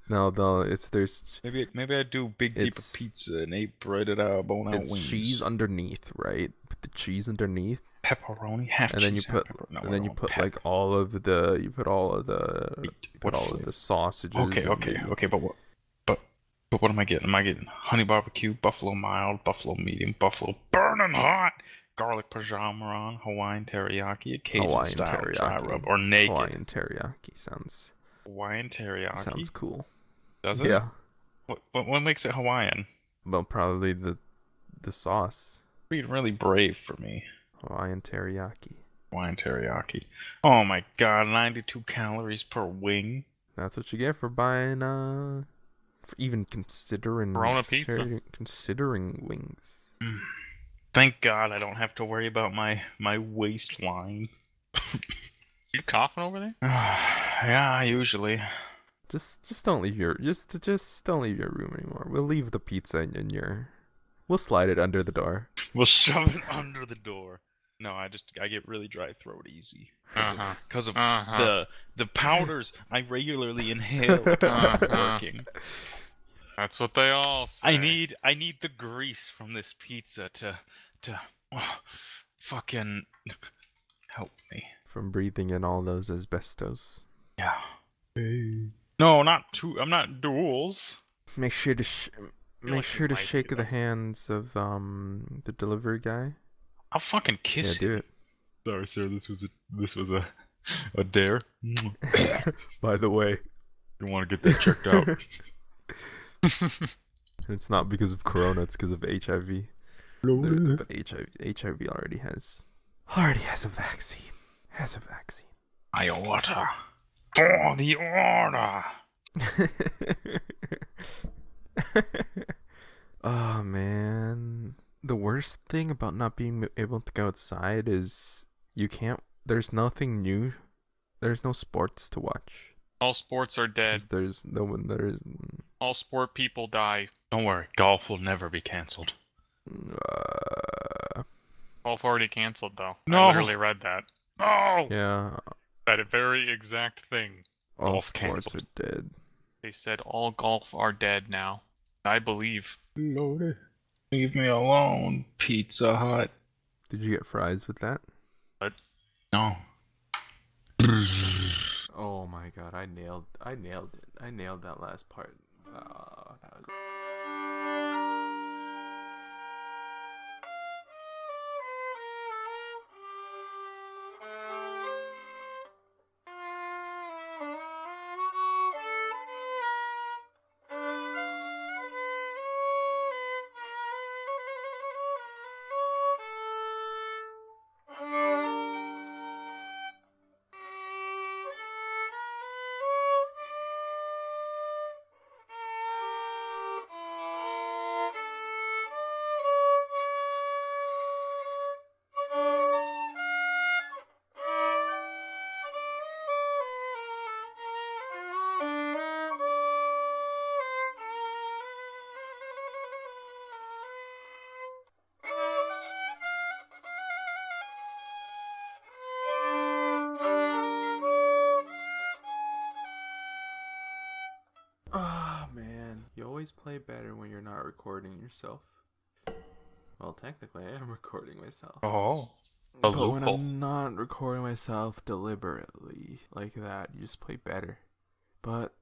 [SPEAKER 1] No, no, it's there's
[SPEAKER 3] Maybe maybe I do big dipper
[SPEAKER 1] It's-
[SPEAKER 3] pizza and eight breaded out of bone out
[SPEAKER 1] it's
[SPEAKER 3] wings.
[SPEAKER 1] cheese underneath, right? Put the cheese underneath,
[SPEAKER 3] pepperoni, half
[SPEAKER 1] and then you
[SPEAKER 3] cheese, half
[SPEAKER 1] put
[SPEAKER 3] pepper- no, I
[SPEAKER 1] and then
[SPEAKER 3] don't
[SPEAKER 1] you
[SPEAKER 3] want
[SPEAKER 1] put
[SPEAKER 3] pep-
[SPEAKER 1] like all of the you put all of the
[SPEAKER 3] Wait,
[SPEAKER 1] you put
[SPEAKER 3] what
[SPEAKER 1] all of
[SPEAKER 3] flavor?
[SPEAKER 1] the sausages.
[SPEAKER 3] Okay,
[SPEAKER 1] and
[SPEAKER 3] okay,
[SPEAKER 1] the-
[SPEAKER 3] okay, but what? But but what am I getting? Am I getting honey barbecue, buffalo mild, buffalo medium, buffalo burning hot, garlic parmesan, Hawaiian teriyaki, a Cajun
[SPEAKER 1] Hawaiian
[SPEAKER 3] style dry
[SPEAKER 1] teriyaki.
[SPEAKER 3] rub, or naked
[SPEAKER 1] Hawaiian
[SPEAKER 3] Hawaiian,
[SPEAKER 1] teriyaki sounds
[SPEAKER 3] teriyaki?
[SPEAKER 1] sounds cool.
[SPEAKER 3] does it?
[SPEAKER 1] Yeah,
[SPEAKER 3] What, what, what makes it Hawaiian?
[SPEAKER 1] well, probably the the sauce
[SPEAKER 3] Being really brave for me.
[SPEAKER 1] Hawaiian teriyaki.
[SPEAKER 3] Hawaiian teriyaki. Oh my god, 92 calories per wing.
[SPEAKER 1] That's what you get for buying, uh, for even considering
[SPEAKER 2] Corona pizza.
[SPEAKER 1] considering- Considering wings.
[SPEAKER 3] Thank God I don't have to worry about my my waistline.
[SPEAKER 2] You coughing over there?
[SPEAKER 3] yeah, usually.
[SPEAKER 1] Just, just don't leave your, just, just don't leave your room anymore. We'll leave the pizza in, in your, we'll slide it under the door.
[SPEAKER 3] We'll shove it under the door. No, I just I get really dry throat easy
[SPEAKER 2] Uh-huh.
[SPEAKER 3] because of,
[SPEAKER 2] Uh-huh.
[SPEAKER 3] the the powders I regularly inhale are not
[SPEAKER 2] Uh-huh.
[SPEAKER 3] working.
[SPEAKER 2] That's what they all say.
[SPEAKER 3] I need I need the grease from this pizza to to oh, fucking help me.
[SPEAKER 1] From breathing in all those asbestos.
[SPEAKER 3] Yeah. No, not two. I'm not duels.
[SPEAKER 1] Make sure to, sh- make
[SPEAKER 3] like you
[SPEAKER 1] sure to
[SPEAKER 3] might do
[SPEAKER 1] shake the
[SPEAKER 3] that.
[SPEAKER 1] hands of um the delivery guy.
[SPEAKER 3] I'll fucking
[SPEAKER 1] yeah,
[SPEAKER 3] kiss
[SPEAKER 1] do
[SPEAKER 3] him.
[SPEAKER 1] it.
[SPEAKER 3] Sorry, sir. This was a this was a a dare. you
[SPEAKER 1] By the way,
[SPEAKER 3] want to get that checked out.
[SPEAKER 1] it's not because of Corona. It's because of HIV. There- but HIV, HIV already has already has a vaccine. Has a vaccine.
[SPEAKER 3] I order for the order.
[SPEAKER 1] oh man, the worst thing about not being able to go outside is you can't. There's nothing new. There's no sports to watch.
[SPEAKER 2] All sports are dead.
[SPEAKER 1] 'Cause There's no one. There's
[SPEAKER 2] All sport people die.
[SPEAKER 3] Don't worry, golf will never be canceled.
[SPEAKER 1] uh,
[SPEAKER 2] Golf already canceled though.
[SPEAKER 3] No.
[SPEAKER 2] I literally read that. Oh,
[SPEAKER 1] yeah.
[SPEAKER 2] that very exact thing.
[SPEAKER 1] All
[SPEAKER 3] Golf
[SPEAKER 1] sports
[SPEAKER 3] canceled.
[SPEAKER 1] are dead.
[SPEAKER 2] They said all golf are dead now. I believe.
[SPEAKER 3] Lordy, leave me alone, Pizza Hut.
[SPEAKER 1] Did you get fries with that?
[SPEAKER 3] No.
[SPEAKER 1] Oh my god, I nailed I nailed it. I nailed that last part. Uh, that was... Oh man, you always play better when you're not recording yourself. Well, technically, I am recording myself.
[SPEAKER 3] Oh. A
[SPEAKER 1] but when
[SPEAKER 3] loophole.
[SPEAKER 1] I'm not recording myself deliberately like that, you just play better. But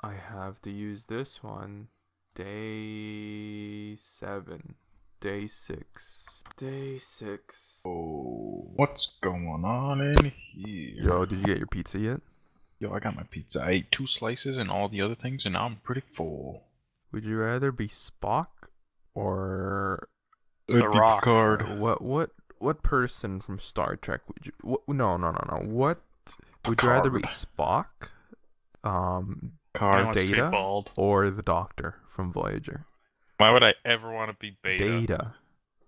[SPEAKER 1] I have to use this one. Day seven. Day six. Day six.
[SPEAKER 3] Oh, what's going on in here?
[SPEAKER 1] Yo, did you get your pizza yet?
[SPEAKER 3] Yo, I got my pizza. I ate two slices and all the other things, and now I'm pretty full.
[SPEAKER 1] Would you rather be Spock or
[SPEAKER 3] The
[SPEAKER 2] Rock.
[SPEAKER 3] Picard.
[SPEAKER 1] what? What? What person from Star Trek would you? What, no, no, no, no. What would you rather be Spock, um,
[SPEAKER 2] I
[SPEAKER 3] Picard.
[SPEAKER 2] wants to be
[SPEAKER 1] Data?
[SPEAKER 2] bald.
[SPEAKER 1] or the Doctor from Voyager?
[SPEAKER 3] Why would I ever want to be beta?
[SPEAKER 1] Data.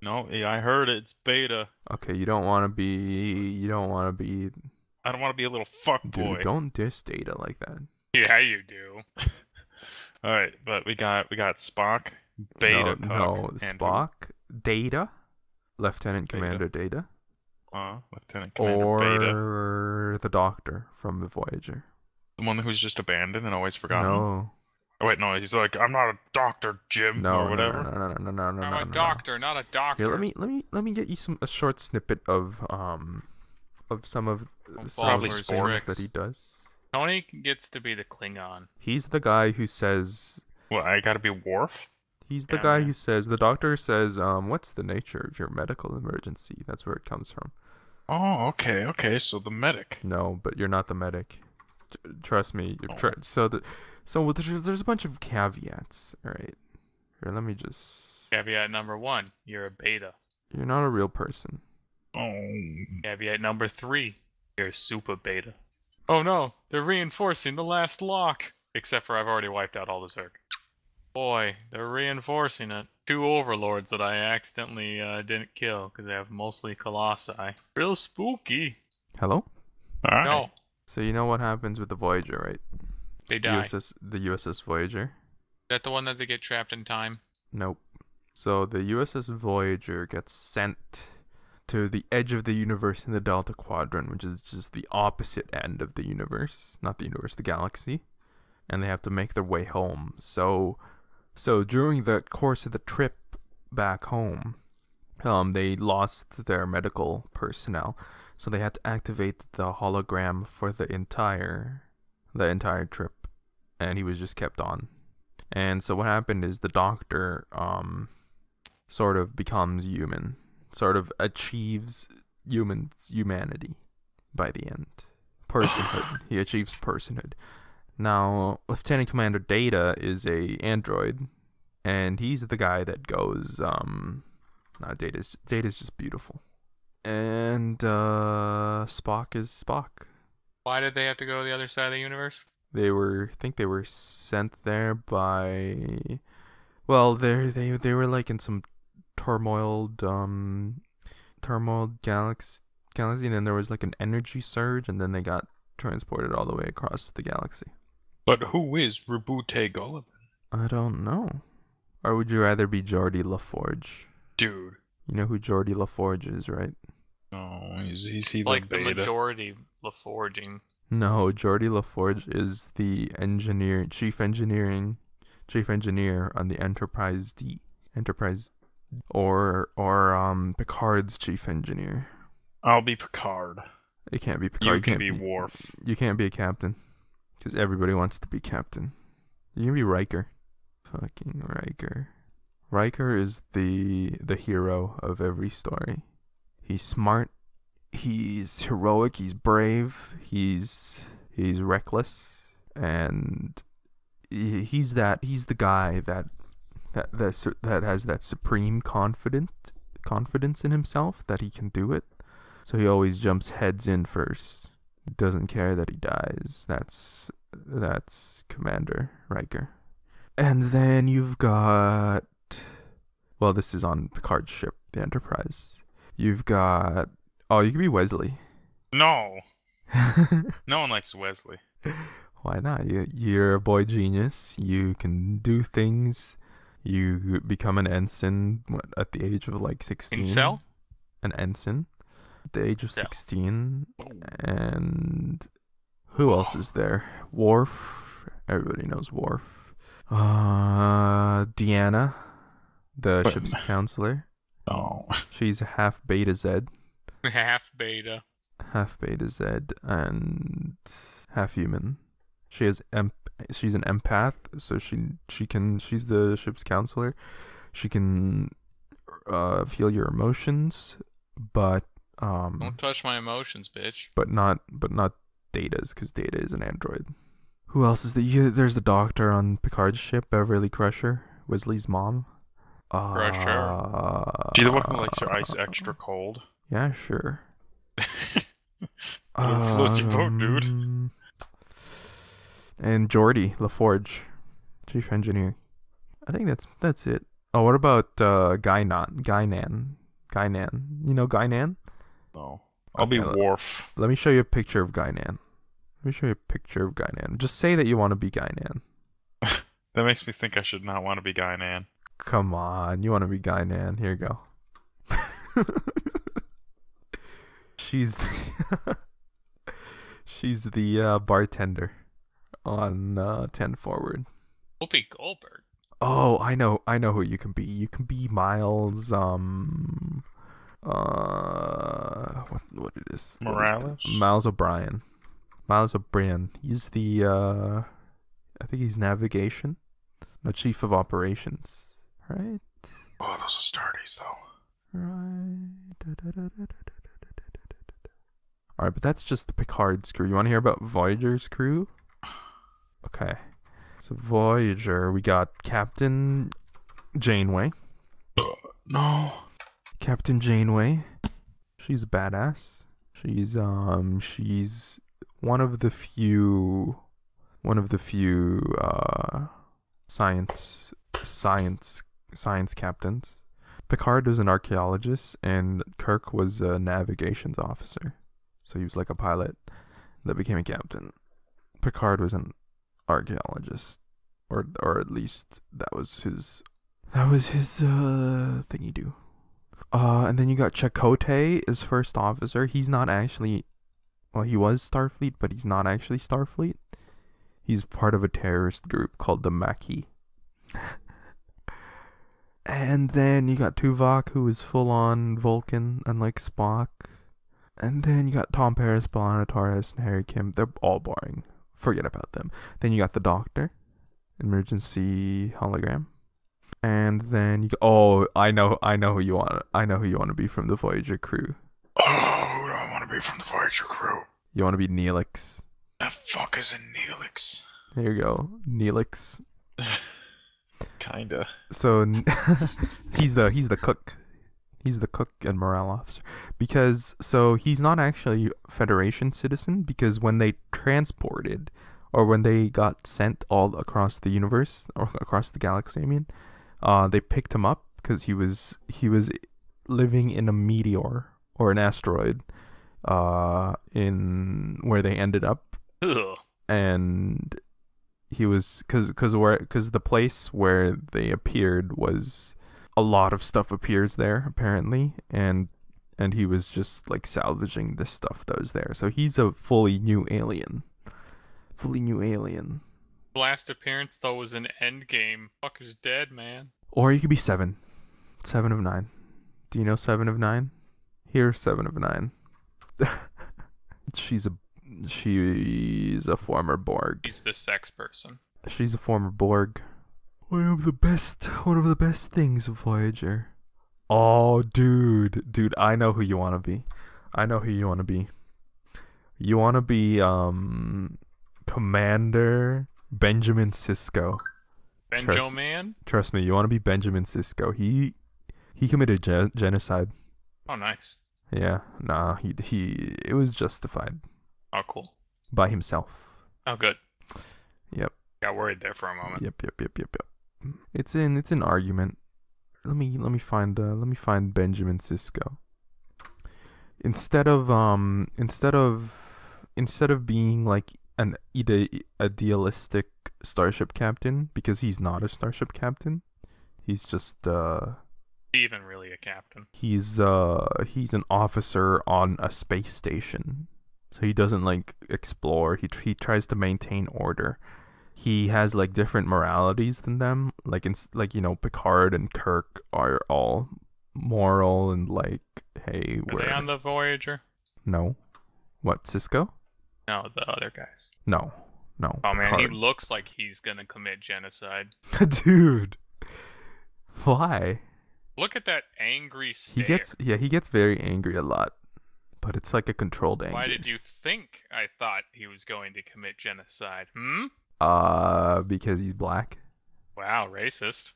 [SPEAKER 3] No, yeah, I heard it. It's beta.
[SPEAKER 1] Okay, you don't want to be. You don't want to be.
[SPEAKER 3] I don't want to be a little fuck
[SPEAKER 1] Dude,
[SPEAKER 3] boy.
[SPEAKER 1] don't diss Data like that.
[SPEAKER 2] Yeah, you do.
[SPEAKER 3] All right, but we got we got Spock,
[SPEAKER 1] no,
[SPEAKER 3] Beta, Cuck,
[SPEAKER 1] no
[SPEAKER 3] and
[SPEAKER 1] Spock, Data, Lieutenant
[SPEAKER 3] Data.
[SPEAKER 1] Commander Data,
[SPEAKER 3] who- Uh, Lieutenant Commander Beta,
[SPEAKER 1] or the Doctor from the Voyager.
[SPEAKER 3] the one
[SPEAKER 1] Oh.
[SPEAKER 3] who's just abandoned and always forgotten.
[SPEAKER 1] No,
[SPEAKER 3] Oh, wait, no, he's like, I'm not a doctor, Jim,
[SPEAKER 1] no,
[SPEAKER 3] or whatever.
[SPEAKER 1] no, no, no, no, no, no, no, no,
[SPEAKER 2] I'm
[SPEAKER 1] no,
[SPEAKER 2] a
[SPEAKER 1] no.
[SPEAKER 2] doctor, not a doctor.
[SPEAKER 1] Here, let me, let me, let me get you some a short snippet of um, of some of
[SPEAKER 2] Of
[SPEAKER 1] some
[SPEAKER 2] Probably
[SPEAKER 1] of the things
[SPEAKER 2] sports.
[SPEAKER 1] that he does.
[SPEAKER 2] Tony gets to be the Klingon.
[SPEAKER 1] He's the guy who says
[SPEAKER 3] Well, I gotta be Worf.
[SPEAKER 1] He's the
[SPEAKER 2] Yeah,
[SPEAKER 1] guy
[SPEAKER 2] yeah.
[SPEAKER 1] who says the doctor says, um, "What's the nature of your medical emergency?" That's where it comes from.
[SPEAKER 3] Oh, okay, okay. So the medic.
[SPEAKER 1] No, but you're not the medic. T- trust me.
[SPEAKER 2] Oh.
[SPEAKER 1] you're tr- so the, so there's there's a bunch of caveats. All right, here let me just.
[SPEAKER 2] Caveat number one, you're a beta.
[SPEAKER 1] You're not a real person.
[SPEAKER 3] Oh,
[SPEAKER 2] Caveat number three, you're a super beta. Oh no, they're reinforcing the last lock. Except for I've already wiped out all the Zerg. Boy, they're reinforcing it. Two overlords that I accidentally uh, didn't kill because they have mostly colossi. Real spooky.
[SPEAKER 1] Hello.
[SPEAKER 3] all right.
[SPEAKER 2] No,
[SPEAKER 1] So you know what happens with the Voyager, right?
[SPEAKER 2] they die. Is
[SPEAKER 1] USS the USS Voyager.
[SPEAKER 2] that the one that they get trapped in time?
[SPEAKER 1] Nope. So the USS Voyager gets sent to the edge of the universe in the Delta Quadrant, which is just the opposite end of the universe, not the universe, the galaxy, and they have to make their way home. So, so during the course of the trip back home, um, they lost their medical personnel, so they had to activate the hologram for the entire, the entire trip, and he was just kept on. And so what happened is the doctor um sort of becomes human, sort of achieves human humanity by the end. Personhood. he achieves personhood. Now, Lieutenant Commander Data is a android and he's the guy that goes um no, Data's Data's just beautiful. And uh Spock is Spock.
[SPEAKER 2] Why did they have to go to the other side of the universe?
[SPEAKER 1] They were I think they were sent there by well, they they they were like in some turmoiled um turmoiled galaxy galaxy and then there was like an energy surge and then they got transported all the way across the galaxy.
[SPEAKER 3] But who is Rabute Gulliver?
[SPEAKER 1] I don't know. Or would you rather be Geordie LaForge?
[SPEAKER 3] Dude.
[SPEAKER 1] You know who Geordie LaForge is, right?
[SPEAKER 3] Oh, is, is he the
[SPEAKER 2] Like the
[SPEAKER 3] beta?
[SPEAKER 2] majority LaForging.
[SPEAKER 1] No, Geordie LaForge is the engineer, chief engineering, chief engineer on the Enterprise D, Enterprise, or or um Picard's chief engineer.
[SPEAKER 3] I'll be Picard.
[SPEAKER 1] It can't be Picard.
[SPEAKER 3] You
[SPEAKER 1] can't
[SPEAKER 3] can be Worf.
[SPEAKER 1] You can't be a captain, because everybody wants to be captain. You can be Riker. Fucking Riker. Riker is the the hero of every story. He's smart. He's heroic. He's brave. He's he's reckless, and he- he's that he's the guy that that that su- that has that supreme confident confidence in himself that he can do it. So he always jumps heads in first doesn't care that he dies. That's that's Commander Riker. And then you've got well, this is on Picard's ship, the Enterprise. You've got oh, you could be Wesley.
[SPEAKER 3] No, no one likes Wesley.
[SPEAKER 1] Why not? You, you're a boy genius. You can do things. You become an ensign what, at the age of like sixteen.
[SPEAKER 2] Incel?
[SPEAKER 1] An ensign, at the age of
[SPEAKER 2] Yeah.
[SPEAKER 1] sixteen, and who else is there? Worf. Everybody knows Worf. Uh, Deanna, the
[SPEAKER 3] But-
[SPEAKER 1] ship's counselor.
[SPEAKER 3] Oh,
[SPEAKER 1] She's half Beta Z.
[SPEAKER 2] Half beta.
[SPEAKER 1] half beta Z and half human. She has emp- she's an empath, so she she can she's the ship's counselor. She can uh, feel your emotions, but um
[SPEAKER 4] Don't touch my emotions, bitch.
[SPEAKER 1] but not but not Data's because Data is an android. Who else is the you, there's the doctor on Picard's ship, Beverly Crusher, Wesley's mom. Uh,
[SPEAKER 3] Crusher. She's the one who likes her ice extra cold.
[SPEAKER 1] Yeah, sure.
[SPEAKER 3] Don't float your boat, dude.
[SPEAKER 1] Um, And Jordy LaForge, chief engineer. I think that's that's it. Oh, what about uh, Gainan? Gainan, Gainan. You know Gainan?
[SPEAKER 3] No. I'll be
[SPEAKER 1] Okay, let-
[SPEAKER 3] Worf.
[SPEAKER 1] Let me show you a picture of Gainan. Let me show you a picture of Gainan. Just say that you want to be Gainan.
[SPEAKER 3] That makes me think I should not want to be Guy Nan.
[SPEAKER 1] Come on, you want to be Gainan? Here you go. she's the she's the uh, bartender on uh, ten forward.
[SPEAKER 4] Whoopi Goldberg.
[SPEAKER 1] Oh, I know, I know who you can be. You can be Miles. Um, uh, what what it is? what is the-
[SPEAKER 3] Morales?
[SPEAKER 1] Miles O'Brien. Miles O'Brien. He's the uh, I think he's navigation, no chief of operations. Right,
[SPEAKER 3] Oh, those are Stardies, though.
[SPEAKER 1] right. Da, da, da, da, da, da, da, da, da, da, da. All right, but that's just the Picard's crew. You want to hear about Voyager's crew? Okay, so Voyager, we got Captain Janeway.
[SPEAKER 3] Uh, No.
[SPEAKER 1] Captain Janeway. She's a badass. She's um she's one of the few one of the few uh science science science captains. Picard was an archaeologist and Kirk was a navigations officer. So he was like a pilot that became a captain. Picard was an archaeologist or or at least that was his that was his uh thing you do. Uh, and then you got Chakotay as first officer. He's not actually, well, he was Starfleet, but he's not actually Starfleet. He's part of a terrorist group called the Maquis. and then you got Tuvok, who is full on Vulcan, unlike Spock. And then you got Tom Paris, Belana Torres, and Harry Kim. They're all boring. Forget about them. Then you got the Doctor, emergency hologram. And then you go, oh, I know, I know who you want. I know who you want to be from the Voyager crew.
[SPEAKER 3] Oh, who do I want to be from the Voyager crew?
[SPEAKER 1] You want to be Neelix.
[SPEAKER 3] The fuck is a Neelix?
[SPEAKER 1] Here you go, Neelix.
[SPEAKER 3] Kinda.
[SPEAKER 1] So n- he's the he's the cook. He's the cook and morale officer because so he's not actually a Federation citizen because when they transported or when they got sent all across the universe or across the galaxy, I mean, uh, they picked him up because he was he was living in a meteor or an asteroid, uh, in where they ended up
[SPEAKER 4] Ugh.
[SPEAKER 1] and he was because because where because the place where they appeared was a lot of stuff appears there apparently and and he was just like salvaging the stuff that was there so he's a fully new alien fully new alien
[SPEAKER 2] Last appearance though was in Endgame. Fucker's dead, man.
[SPEAKER 1] or you could be seven seven of nine do you know seven of nine here's seven of nine she's a she's a former borg
[SPEAKER 2] He's the sex person.
[SPEAKER 1] She's a former Borg. One of the best, one of the best things of Voyager. Oh, dude, dude, I know who you want to be. I know who you want to be. You want to be um, Commander Benjamin Sisko.
[SPEAKER 2] Benjo
[SPEAKER 1] Trust-
[SPEAKER 2] man.
[SPEAKER 1] Trust me, you want to be Benjamin Sisko. He he committed gen- genocide.
[SPEAKER 2] Oh, nice.
[SPEAKER 1] Yeah, nah, he he it was justified
[SPEAKER 2] Oh, cool.
[SPEAKER 1] by himself.
[SPEAKER 2] Oh, good.
[SPEAKER 1] Yep.
[SPEAKER 2] Got worried there for a moment.
[SPEAKER 1] Yep, yep, yep, yep, yep. It's in it's an argument. Let me let me find uh, let me find Benjamin Sisko. Instead of um instead of instead of being like an ide- idealistic starship captain because he's not a starship captain, he's just uh
[SPEAKER 2] He Even really a captain.
[SPEAKER 1] he's uh he's an officer on a space station so he doesn't like explore he, tr- he tries to maintain order he has like different moralities than them like in, like you know picard and kirk are all moral and like, hey,
[SPEAKER 2] Are
[SPEAKER 1] we're
[SPEAKER 2] they on the Voyager?
[SPEAKER 1] no, what Cisco?
[SPEAKER 4] No, the other guys.
[SPEAKER 1] No, no.
[SPEAKER 4] Oh man, he
[SPEAKER 1] Picard.
[SPEAKER 4] looks like he's gonna commit genocide.
[SPEAKER 1] dude. Why?
[SPEAKER 2] Look at that angry
[SPEAKER 1] He
[SPEAKER 2] stare.
[SPEAKER 1] gets yeah, he gets very angry a lot, but it's like a controlled anger.
[SPEAKER 4] Why did you think I thought he was going to commit genocide? Hmm?
[SPEAKER 1] Uh, because he's black.
[SPEAKER 4] Wow, racist.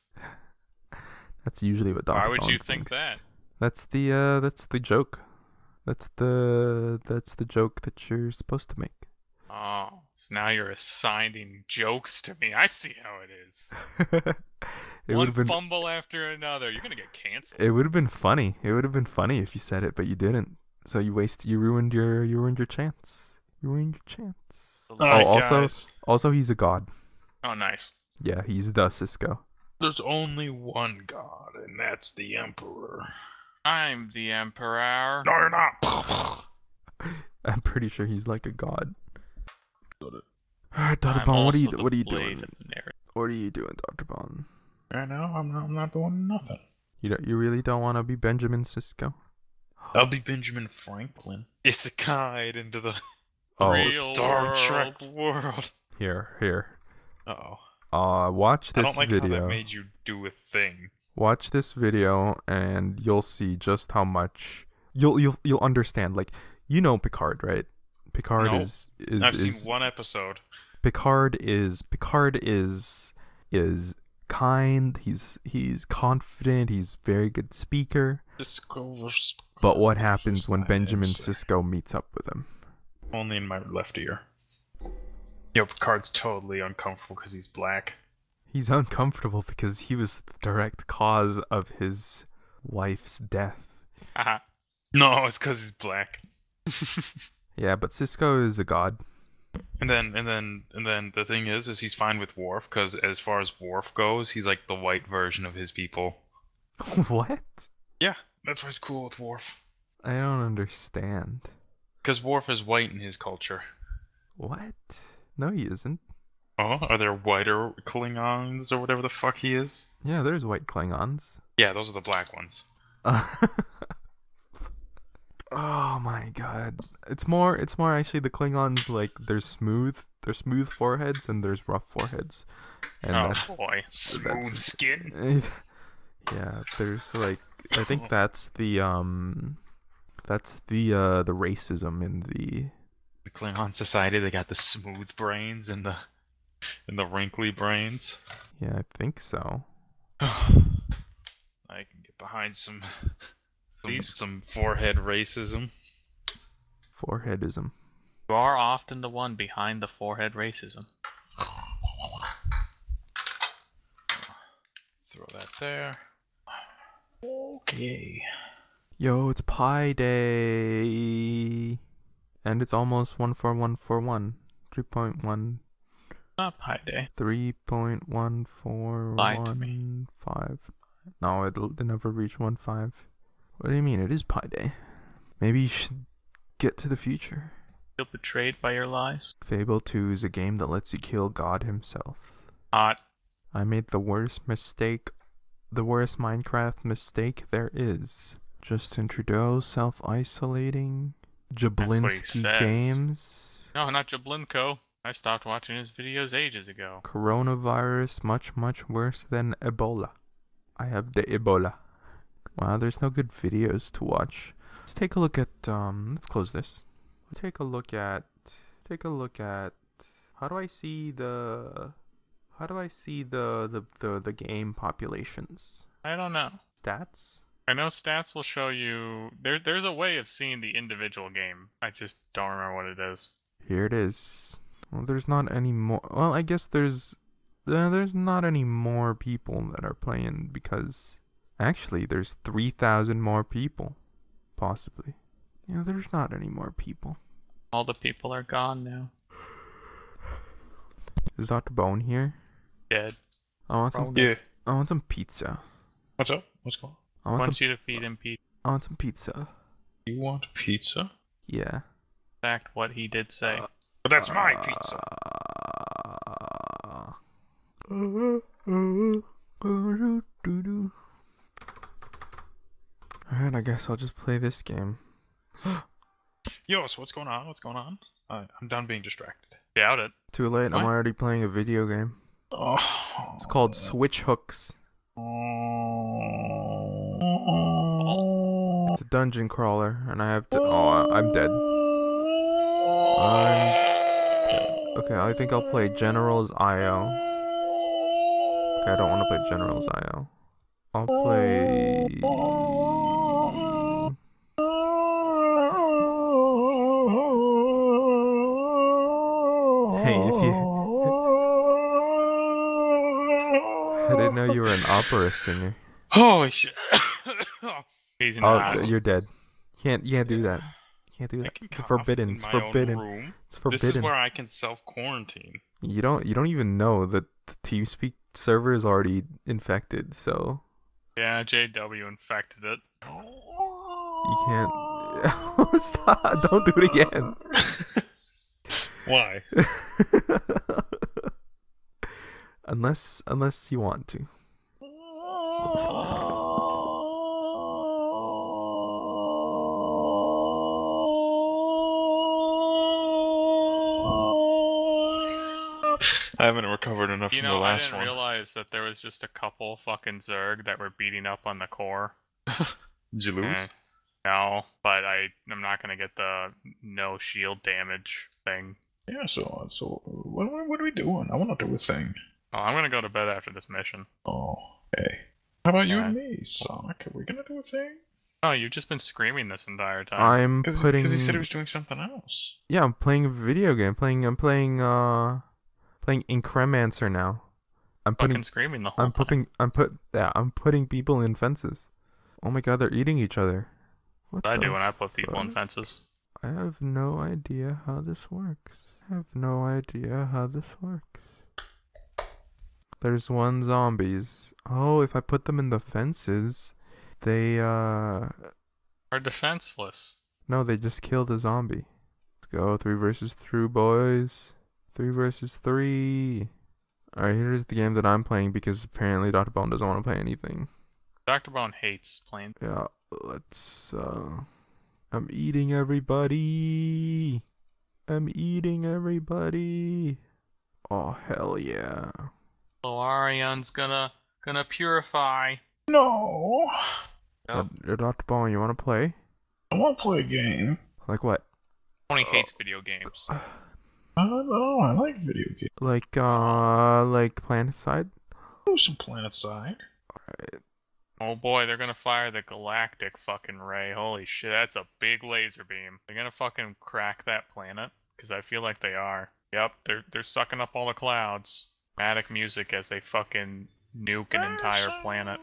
[SPEAKER 1] That's usually what Dr.
[SPEAKER 4] Why would
[SPEAKER 1] Dong
[SPEAKER 4] you think
[SPEAKER 1] thinks.
[SPEAKER 4] that?
[SPEAKER 1] That's the uh that's the joke. That's the that's the joke that you're supposed to make.
[SPEAKER 4] Oh, so now you're assigning jokes to me. I see how it is.
[SPEAKER 1] it would
[SPEAKER 4] One
[SPEAKER 1] have been
[SPEAKER 4] fumble after another. You're gonna get canceled.
[SPEAKER 1] it would have been funny. It would have been funny if you said it, but you didn't. So you waste you ruined your you ruined your chance. You ruined your chance.
[SPEAKER 3] Alright,
[SPEAKER 1] Oh, also-
[SPEAKER 3] guys,
[SPEAKER 1] Also, he's a god.
[SPEAKER 4] Oh, nice.
[SPEAKER 1] Yeah, he's the Cisco.
[SPEAKER 3] there's only one god, and that's the Emperor.
[SPEAKER 4] I'm the emperor.
[SPEAKER 3] No, you're not.
[SPEAKER 1] I'm pretty sure he's like a god.
[SPEAKER 3] Got it.
[SPEAKER 1] All right, Doctor
[SPEAKER 4] I'm
[SPEAKER 1] Bond, what are
[SPEAKER 4] also
[SPEAKER 1] you
[SPEAKER 4] the
[SPEAKER 1] what are you
[SPEAKER 4] blade
[SPEAKER 1] doing?
[SPEAKER 4] of the narrative.
[SPEAKER 1] What are you doing, Doctor Bond?
[SPEAKER 3] Right now, I'm not, I'm not doing nothing.
[SPEAKER 1] You don't, you really don't want to be Benjamin Cisco?
[SPEAKER 3] I'll be Benjamin Franklin.
[SPEAKER 4] It's a guide into the
[SPEAKER 1] Oh,
[SPEAKER 4] real
[SPEAKER 3] Star
[SPEAKER 4] world.
[SPEAKER 3] Trek world.
[SPEAKER 1] here, here.
[SPEAKER 3] Uh-oh.
[SPEAKER 1] Uh, watch
[SPEAKER 3] I
[SPEAKER 1] this
[SPEAKER 3] don't like
[SPEAKER 1] video.
[SPEAKER 3] how that made you do a thing.
[SPEAKER 1] Watch this video, and you'll see just how much you'll you'll you'll understand. Like you know Picard, right? Picard
[SPEAKER 3] No.
[SPEAKER 1] is is,
[SPEAKER 3] I've
[SPEAKER 1] is
[SPEAKER 3] seen one episode.
[SPEAKER 1] Picard is Picard is is kind. He's he's confident. He's very good speaker.
[SPEAKER 3] Discovers.
[SPEAKER 1] But what happens when
[SPEAKER 3] I am
[SPEAKER 1] Benjamin
[SPEAKER 3] sick.
[SPEAKER 1] Cisco meets up with him?
[SPEAKER 3] Only in my left ear. Yo, Picard's totally uncomfortable because he's black.
[SPEAKER 1] He's uncomfortable because he was the direct cause of his wife's death.
[SPEAKER 3] Uh-huh.
[SPEAKER 4] Haha.
[SPEAKER 3] No, it's because he's black.
[SPEAKER 1] Yeah, but Cisco is a god.
[SPEAKER 3] And then, and then, and then the thing is, is he's fine with Worf because as far as Worf goes, he's like the white version of his people.
[SPEAKER 1] what?
[SPEAKER 3] Yeah, that's why he's cool with Worf.
[SPEAKER 1] I don't understand.
[SPEAKER 3] Because Worf is white in his culture.
[SPEAKER 1] What? No, he isn't.
[SPEAKER 3] Oh, are there whiter Klingons or whatever the fuck he is?
[SPEAKER 1] Yeah, there's white Klingons.
[SPEAKER 3] Yeah, those are the black ones.
[SPEAKER 1] oh my god. It's more it's more actually the Klingons like they're smooth, they're smooth foreheads and there's rough foreheads. And
[SPEAKER 3] oh
[SPEAKER 1] that's
[SPEAKER 3] boy, smooth
[SPEAKER 1] that's-
[SPEAKER 3] skin.
[SPEAKER 1] yeah, there's like I think that's the um that's the uh the racism in the
[SPEAKER 3] The Klingon society, they got the smooth brains and the and the wrinkly brains.
[SPEAKER 1] yeah, I think so.
[SPEAKER 3] I can get behind some some, some forehead racism.
[SPEAKER 1] Foreheadism.
[SPEAKER 4] You are often the one behind the forehead racism.
[SPEAKER 3] Throw that there. Okay.
[SPEAKER 1] Yo, it's Pi Day and it's almost one four one four one. Three point one
[SPEAKER 4] Not Pi Day.
[SPEAKER 1] Three point one four
[SPEAKER 4] Lied to me.
[SPEAKER 1] one five. No, it'll it'll never reach one five. What do you mean? It is Pi Day. Maybe you should get to the future.
[SPEAKER 4] Feel betrayed by your lies.
[SPEAKER 1] Fable 2 is a game that lets you kill God himself.
[SPEAKER 4] Hot.
[SPEAKER 1] I made the worst mistake, the worst Minecraft mistake there is. Justin Trudeau self isolating.
[SPEAKER 4] what he
[SPEAKER 1] Jablinski
[SPEAKER 4] says.
[SPEAKER 1] Games.
[SPEAKER 4] No, not Jablinko. I stopped watching his videos ages ago.
[SPEAKER 1] Coronavirus much, much worse than Ebola. I have the Ebola. Wow, there's no good videos to watch. Let's take a look at um let's close this. Take a look at take a look at how do I see the how do I see the the, the, the game populations?
[SPEAKER 4] I don't know.
[SPEAKER 1] Stats?
[SPEAKER 4] I know stats will show you there there's a way of seeing the individual game. I just don't remember what it is.
[SPEAKER 1] Here it is. Well, there's not any more. Well, I guess there's uh, there's not any more people that are playing because actually there's three thousand more people, possibly. Yeah, there's not any more people.
[SPEAKER 4] All the people are gone now.
[SPEAKER 1] Is Doctor Bone here?
[SPEAKER 4] Dead.
[SPEAKER 1] I want some.
[SPEAKER 3] Yeah.
[SPEAKER 1] I want some pizza.
[SPEAKER 3] What's up? What's going on?
[SPEAKER 1] I want
[SPEAKER 4] Once
[SPEAKER 1] some.
[SPEAKER 4] you defeat him, Pete
[SPEAKER 1] I want some pizza.
[SPEAKER 3] You want pizza?
[SPEAKER 1] Yeah.
[SPEAKER 4] fact what he did say.
[SPEAKER 1] Uh,
[SPEAKER 3] But that's my pizza.
[SPEAKER 1] Alright, I guess I'll just play this game.
[SPEAKER 3] Yos, what's going on? What's going on? Uh, I'm done being distracted.
[SPEAKER 2] Doubt it.
[SPEAKER 1] Too late,
[SPEAKER 2] What?
[SPEAKER 1] I'm already playing a video game.
[SPEAKER 3] Oh.
[SPEAKER 1] It's called Switch Hooks. It's a dungeon crawler, and I have to. Oh, I- I'm dead. I'm dead. Okay, I think I'll play Generals IO. Okay, I don't want to play Generals IO. I'll play. Hey, if you. I didn't know you were an opera singer.
[SPEAKER 3] Holy shit.
[SPEAKER 2] He's
[SPEAKER 1] Oh,
[SPEAKER 2] not.
[SPEAKER 1] so you're dead. Can't you can't do that. Can't do that. It's forbidden. It's forbidden. It's
[SPEAKER 3] This is
[SPEAKER 1] forbidden.
[SPEAKER 3] where I can self quarantine.
[SPEAKER 1] You don't you don't even know that the TeamSpeak server is already infected, so
[SPEAKER 2] yeah, JW infected it.
[SPEAKER 1] you can't stop. Don't do it again.
[SPEAKER 3] Why?
[SPEAKER 1] unless unless you want to.
[SPEAKER 3] I haven't recovered enough
[SPEAKER 2] You
[SPEAKER 3] from
[SPEAKER 2] know,
[SPEAKER 3] the
[SPEAKER 2] I
[SPEAKER 3] last
[SPEAKER 2] didn't
[SPEAKER 3] one.
[SPEAKER 2] realize that there was just a couple fucking Zerg that were beating up on the core.
[SPEAKER 3] Did you lose?
[SPEAKER 2] Eh, no, but I I'm not gonna get the no shield damage thing.
[SPEAKER 3] Yeah. So, uh, so what, what, what are we doing? I want to do a thing.
[SPEAKER 2] Oh, I'm gonna go to bed after this mission.
[SPEAKER 3] Oh, hey. How about you and me, Sonic? Are we gonna do a thing?
[SPEAKER 2] Oh, you've just been screaming this entire time.
[SPEAKER 1] I'm
[SPEAKER 3] Because
[SPEAKER 1] putting
[SPEAKER 3] he said he was doing something else.
[SPEAKER 1] Yeah, I'm playing a video game. Playing I'm playing uh playing Incremancer now. I'm
[SPEAKER 2] fucking
[SPEAKER 1] putting
[SPEAKER 2] screaming the whole
[SPEAKER 1] I'm
[SPEAKER 2] time.
[SPEAKER 1] putting I'm put yeah, I'm putting people in fences. Oh my god, they're eating each other. What
[SPEAKER 2] I
[SPEAKER 1] the
[SPEAKER 2] do when I put people in
[SPEAKER 1] fuck?
[SPEAKER 2] fences.
[SPEAKER 1] I have no idea how this works. I have no idea how this works. There's one zombies. Oh, if I put them in the fences, they uh
[SPEAKER 2] Are defenseless.
[SPEAKER 1] no, they just killed a zombie. Let's go three versus three, boys. Three versus three. All right, here's the game that I'm playing because apparently Dr. Bone doesn't want to play anything.
[SPEAKER 2] Dr. Bone hates playing.
[SPEAKER 1] Yeah, let's uh I'm eating everybody. I'm eating everybody. Oh hell yeah.
[SPEAKER 2] So Arion's gonna gonna purify.
[SPEAKER 3] No,
[SPEAKER 1] Uh, Dr. Ball, you wanna play?
[SPEAKER 3] I want to play a game.
[SPEAKER 1] Like what?
[SPEAKER 2] Tony
[SPEAKER 3] Oh.
[SPEAKER 2] hates video games.
[SPEAKER 3] I don't know. I like video games.
[SPEAKER 1] Like uh like Planetside?
[SPEAKER 3] Do some Planet Side.
[SPEAKER 2] Oh boy, they're gonna fire the galactic fucking ray. Holy shit, that's a big laser beam. They're gonna fucking crack that planet, because I feel like they are. Yep, they're they're sucking up all the clouds. Dramatic music as they fucking nuke an entire
[SPEAKER 3] oh.
[SPEAKER 2] planet.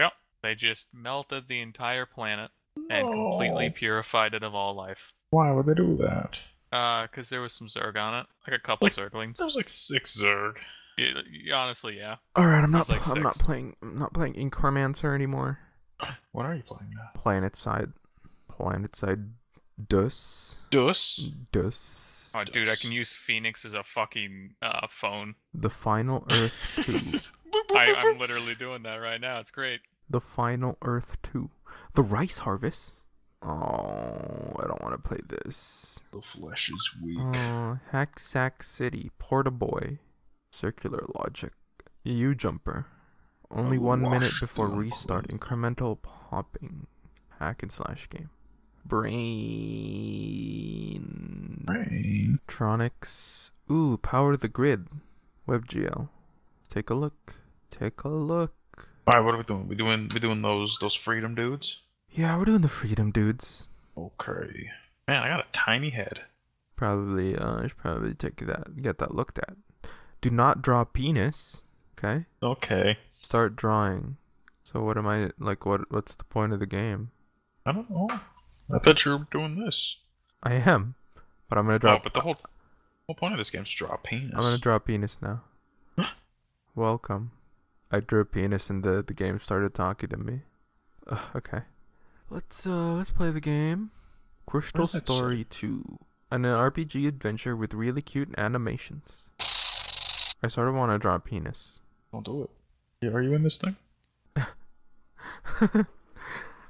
[SPEAKER 2] Yep, they just melted the entire planet and completely
[SPEAKER 3] No.
[SPEAKER 2] purified it of all life.
[SPEAKER 3] Why would they do that?
[SPEAKER 2] Uh, cause there was some Zerg on it, like a couple
[SPEAKER 3] Like-
[SPEAKER 2] Zerglings.
[SPEAKER 3] There's like six Zerg.
[SPEAKER 2] Y y- honestly, yeah.
[SPEAKER 1] Alright, I'm not
[SPEAKER 2] There's, like,
[SPEAKER 1] pl- I'm not
[SPEAKER 2] six.
[SPEAKER 1] playing I'm not playing Incremancer anymore.
[SPEAKER 3] What are you playing now?
[SPEAKER 1] Planetside. Planetside Dus.
[SPEAKER 3] Dus.
[SPEAKER 1] Dus.
[SPEAKER 2] Oh, dude, I can use Phoenix as a fucking uh, phone.
[SPEAKER 1] The Final Earth 2.
[SPEAKER 2] I, I'm literally doing that right now. It's great.
[SPEAKER 1] The Final Earth 2. The Rice Harvest. Oh, I don't want to play this.
[SPEAKER 3] The flesh is weak.
[SPEAKER 1] Oh, Hack Sack City. Portaboy. Circular Logic. U Jumper. Only
[SPEAKER 3] Oh,
[SPEAKER 1] one minute
[SPEAKER 3] wash
[SPEAKER 1] before
[SPEAKER 3] the
[SPEAKER 1] restart.
[SPEAKER 3] bones.
[SPEAKER 1] Incremental popping. Hack and slash game. Brain.
[SPEAKER 3] Rain.
[SPEAKER 1] Tronics. Ooh, Power the Grid. WebGL. Take a look. Take a look.
[SPEAKER 3] All right, what are we doing? We doing we doing those those freedom dudes?
[SPEAKER 1] Yeah, we're doing the Freedom Dudes.
[SPEAKER 3] Okay. Man, I got a tiny head.
[SPEAKER 1] Probably, uh, I should probably take that, get that looked at. Do not draw penis. Okay.
[SPEAKER 3] Okay.
[SPEAKER 1] Start drawing. So what am I like? What what's the point of the game?
[SPEAKER 3] I don't know. I thought you were doing this.
[SPEAKER 1] I am, but I'm gonna draw.
[SPEAKER 3] Oh, but the whole whole point of this game is to draw a penis.
[SPEAKER 1] I'm gonna draw penis now. Welcome. I drew a penis and the the game started talking to me. Ugh, okay. Let's uh let's play the game. Crystal
[SPEAKER 3] does that say?
[SPEAKER 1] Story Two, an RPG adventure with really cute animations. I sort of want to draw a penis.
[SPEAKER 3] Don't do it. Yeah, are you in this thing?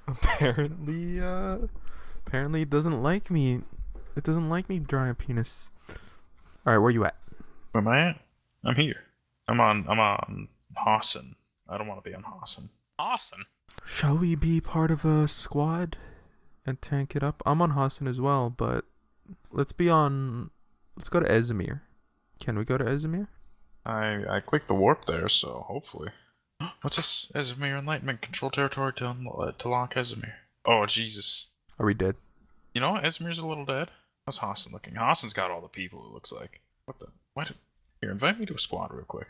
[SPEAKER 1] apparently, uh, apparently it doesn't like me. It doesn't like me drawing a penis. All right, where you at?
[SPEAKER 3] Where am I at? I'm here. I'm on. I'm on Hassan. I don't want to be on Hassan.
[SPEAKER 4] Awesome.
[SPEAKER 1] Shall we be part of a squad and tank it up? I'm on Hassan as well, but let's be on. Let's go to Ezmir. Can we go to Ezmir?
[SPEAKER 3] I I clicked the warp there, so hopefully. What's this? Ezimir Enlightenment control territory to unlo- to lock Ezimir. Oh Jesus!
[SPEAKER 1] Are we dead?
[SPEAKER 3] You know what? Ezimir's a little dead. How's Hassan looking? Hassan's got all the people. It looks like. What the? What? Here, invite me to a squad real quick.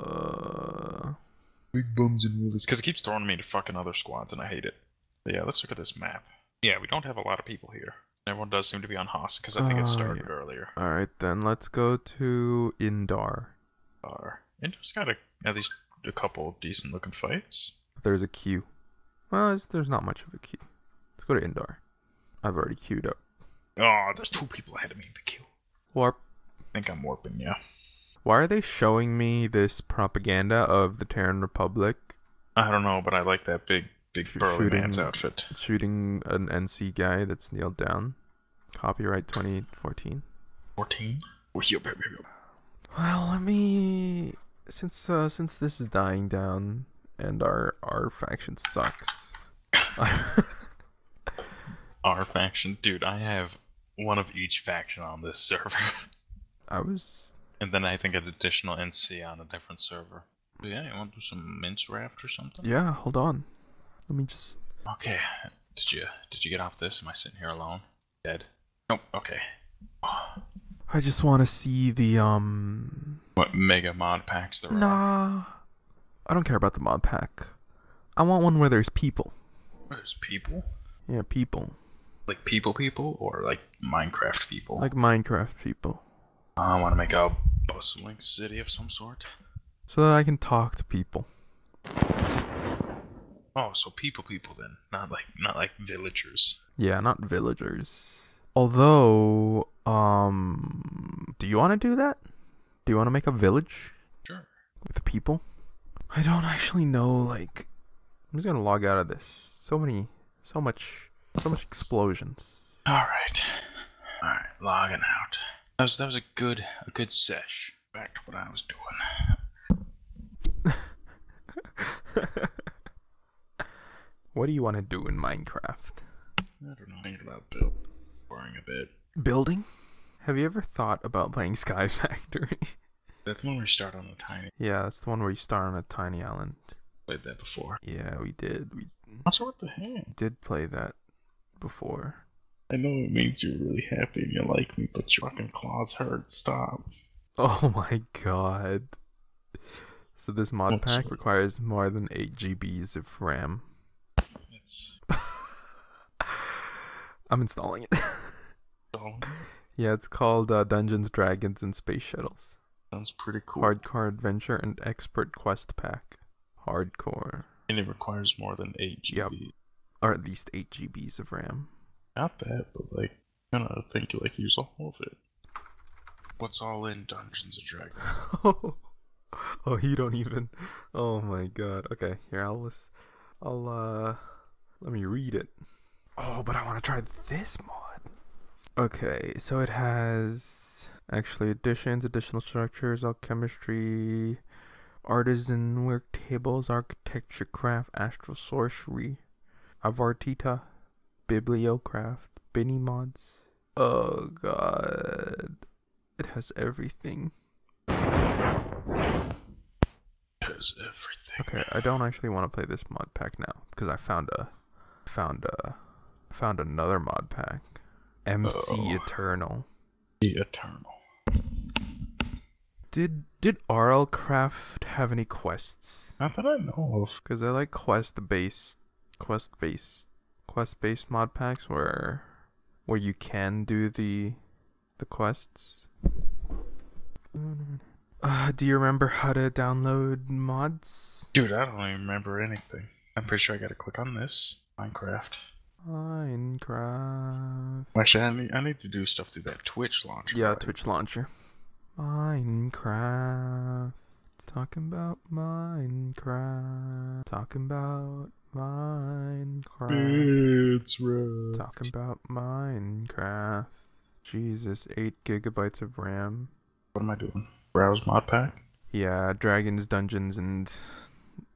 [SPEAKER 1] Uh,
[SPEAKER 3] Big bums and wheelies. Because it keeps throwing me to fucking other squads, and I hate it. But yeah, let's look at this map. Yeah, we don't have a lot of people here. Everyone does seem to be on Hassan because I think
[SPEAKER 1] Oh,
[SPEAKER 3] it started
[SPEAKER 1] yeah.
[SPEAKER 3] earlier.
[SPEAKER 1] all right then. Let's go to Indar.
[SPEAKER 3] Are Indo's got a, at least a couple of decent looking fights.
[SPEAKER 1] There's a queue. Well, it's, there's not much of a queue. Let's go to Indar. I've already queued up.
[SPEAKER 3] Oh, there's two people ahead of me in the queue.
[SPEAKER 1] Warp.
[SPEAKER 3] I think I'm warping, yeah.
[SPEAKER 1] Why are they showing me this propaganda of the Terran Republic
[SPEAKER 3] I don't know, but I like that big, big
[SPEAKER 1] Sh-
[SPEAKER 3] burly man's
[SPEAKER 1] shooting.
[SPEAKER 3] outfit.
[SPEAKER 1] shooting an NC guy that's kneeled down? Copyright 2014.
[SPEAKER 3] 14? We're here, baby.
[SPEAKER 1] Well, let me since uh, since this is dying down and our our faction sucks.
[SPEAKER 3] Our faction, dude, I have one of each faction on this server.
[SPEAKER 1] I was
[SPEAKER 3] and then I think an additional NC on a different server. But yeah, you want to do some mince raft or something?
[SPEAKER 1] yeah. Hold on. Let me just.
[SPEAKER 3] Okay. Did you did you get off this? Am I sitting here alone? Dead? Nope. Okay.
[SPEAKER 1] I just want to see the um.
[SPEAKER 3] What mega mod packs there are?
[SPEAKER 1] Nah. I don't care about the mod pack. I want one where there's people.
[SPEAKER 3] There's people.
[SPEAKER 1] Yeah, people.
[SPEAKER 3] like people people or like Minecraft people.
[SPEAKER 1] Like Minecraft people.
[SPEAKER 3] I want to make a bustling city of some sort.
[SPEAKER 1] So that I can talk to people.
[SPEAKER 3] Oh, so people people then, not like not like villagers.
[SPEAKER 1] Yeah, not villagers. Although, um, do you want to do that? Do you want to make a village
[SPEAKER 3] Sure.
[SPEAKER 1] with people? I don't actually know. Like, I'm just gonna log out of this. So many, so much, so much explosions.
[SPEAKER 3] All right. All right, logging out. That was that was a good a good sesh. Back to what I was doing.
[SPEAKER 1] What do you want to do in Minecraft?
[SPEAKER 3] I don't know. Thinking about build boring a bit.
[SPEAKER 1] Building? Have you ever thought about playing Sky Factory?
[SPEAKER 3] That's when we start on a tiny.
[SPEAKER 1] yeah, that's the one where you start on a tiny island.
[SPEAKER 3] Played that before.
[SPEAKER 1] Yeah, we did. We
[SPEAKER 3] Also, what the heck?
[SPEAKER 1] did play that before.
[SPEAKER 3] I know it means you're really happy and you like me, but your fucking claws hurt. Stop.
[SPEAKER 1] Oh my god. So this mod pack
[SPEAKER 3] Excellent.
[SPEAKER 1] requires more than 8 GBs of RAM.
[SPEAKER 3] It's
[SPEAKER 1] I'm installing it.
[SPEAKER 3] so
[SPEAKER 1] yeah, it's called uh, Dungeons, Dragons, and Space Shuttles.
[SPEAKER 3] sounds pretty cool.
[SPEAKER 1] Hardcore Adventure and Expert Quest Pack. Hardcore.
[SPEAKER 3] And it requires more than 8 GB.
[SPEAKER 1] Yep. Or at least 8 GBs of RAM.
[SPEAKER 3] Not that, but like, kind of think you like use all of it. What's all in Dungeons and Dragons?
[SPEAKER 1] oh, you don't even. Oh my god. Okay, here I'll list. I'll uh, let me read it. Oh, but I want to try this mod. Okay, so it has actually additions, additional structures, alchemistry, artisan work tables, architecture craft, astral sorcery, avartita, bibliocraft, Benny mods. Oh god. It has everything.
[SPEAKER 3] Does everything.
[SPEAKER 1] Okay, I don't actually want to play this mod pack now because I found a found a found another mod pack. MC
[SPEAKER 3] Oh.
[SPEAKER 1] Eternal.
[SPEAKER 3] The Eternal.
[SPEAKER 1] Did did RL Craft have any quests?
[SPEAKER 3] Not that I know of.
[SPEAKER 1] Cuz I like quest based quest based quest based mod packs where where you can do the the quests. Uh, do you remember how to download mods?
[SPEAKER 3] Dude, I don't even remember anything. I'm pretty sure I gotta click on this. Minecraft.
[SPEAKER 1] Minecraft.
[SPEAKER 3] Actually, I need, I need to do stuff through that Twitch launcher.
[SPEAKER 1] Yeah,
[SPEAKER 3] right?
[SPEAKER 1] Twitch launcher. Minecraft. Talking about Minecraft. Talking about Minecraft.
[SPEAKER 4] It's red.
[SPEAKER 1] Talking about Minecraft. Jesus, 8 gigabytes of RAM.
[SPEAKER 3] What am I doing? Browse mod pack.
[SPEAKER 1] Yeah, dragons, dungeons, and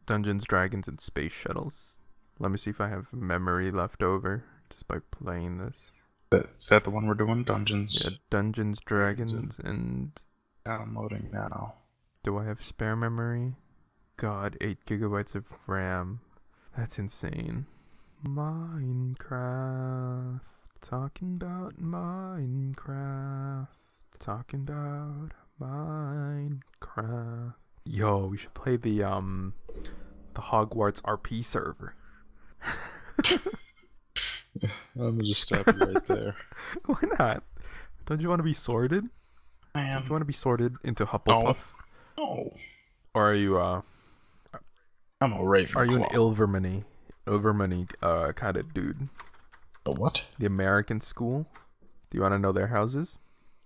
[SPEAKER 1] dungeons, dragons, and space shuttles. Let me see if I have memory left over just by playing this.
[SPEAKER 3] That, is that the one we're doing? Dungeons.
[SPEAKER 1] Yeah, dungeons, dragons, and
[SPEAKER 3] Downloading now.
[SPEAKER 1] do I have spare memory? God, 8 gigabytes of RAM. That's insane. Minecraft. Talking about Minecraft. Talking about Minecraft. Yo, we should play the um the Hogwarts RP server.
[SPEAKER 3] I'm gonna just stop you right there.
[SPEAKER 1] Why not? Don't you want to be sorted? Don't
[SPEAKER 3] Man.
[SPEAKER 1] you want to be sorted into Hufflepuff?
[SPEAKER 3] No.
[SPEAKER 1] Or are you uh
[SPEAKER 3] I'm a Ravenclaw.
[SPEAKER 1] are you an Ilvermany Ilvermany uh kind of dude?
[SPEAKER 3] A Oh, What?
[SPEAKER 1] The American School. Do you want to know their houses?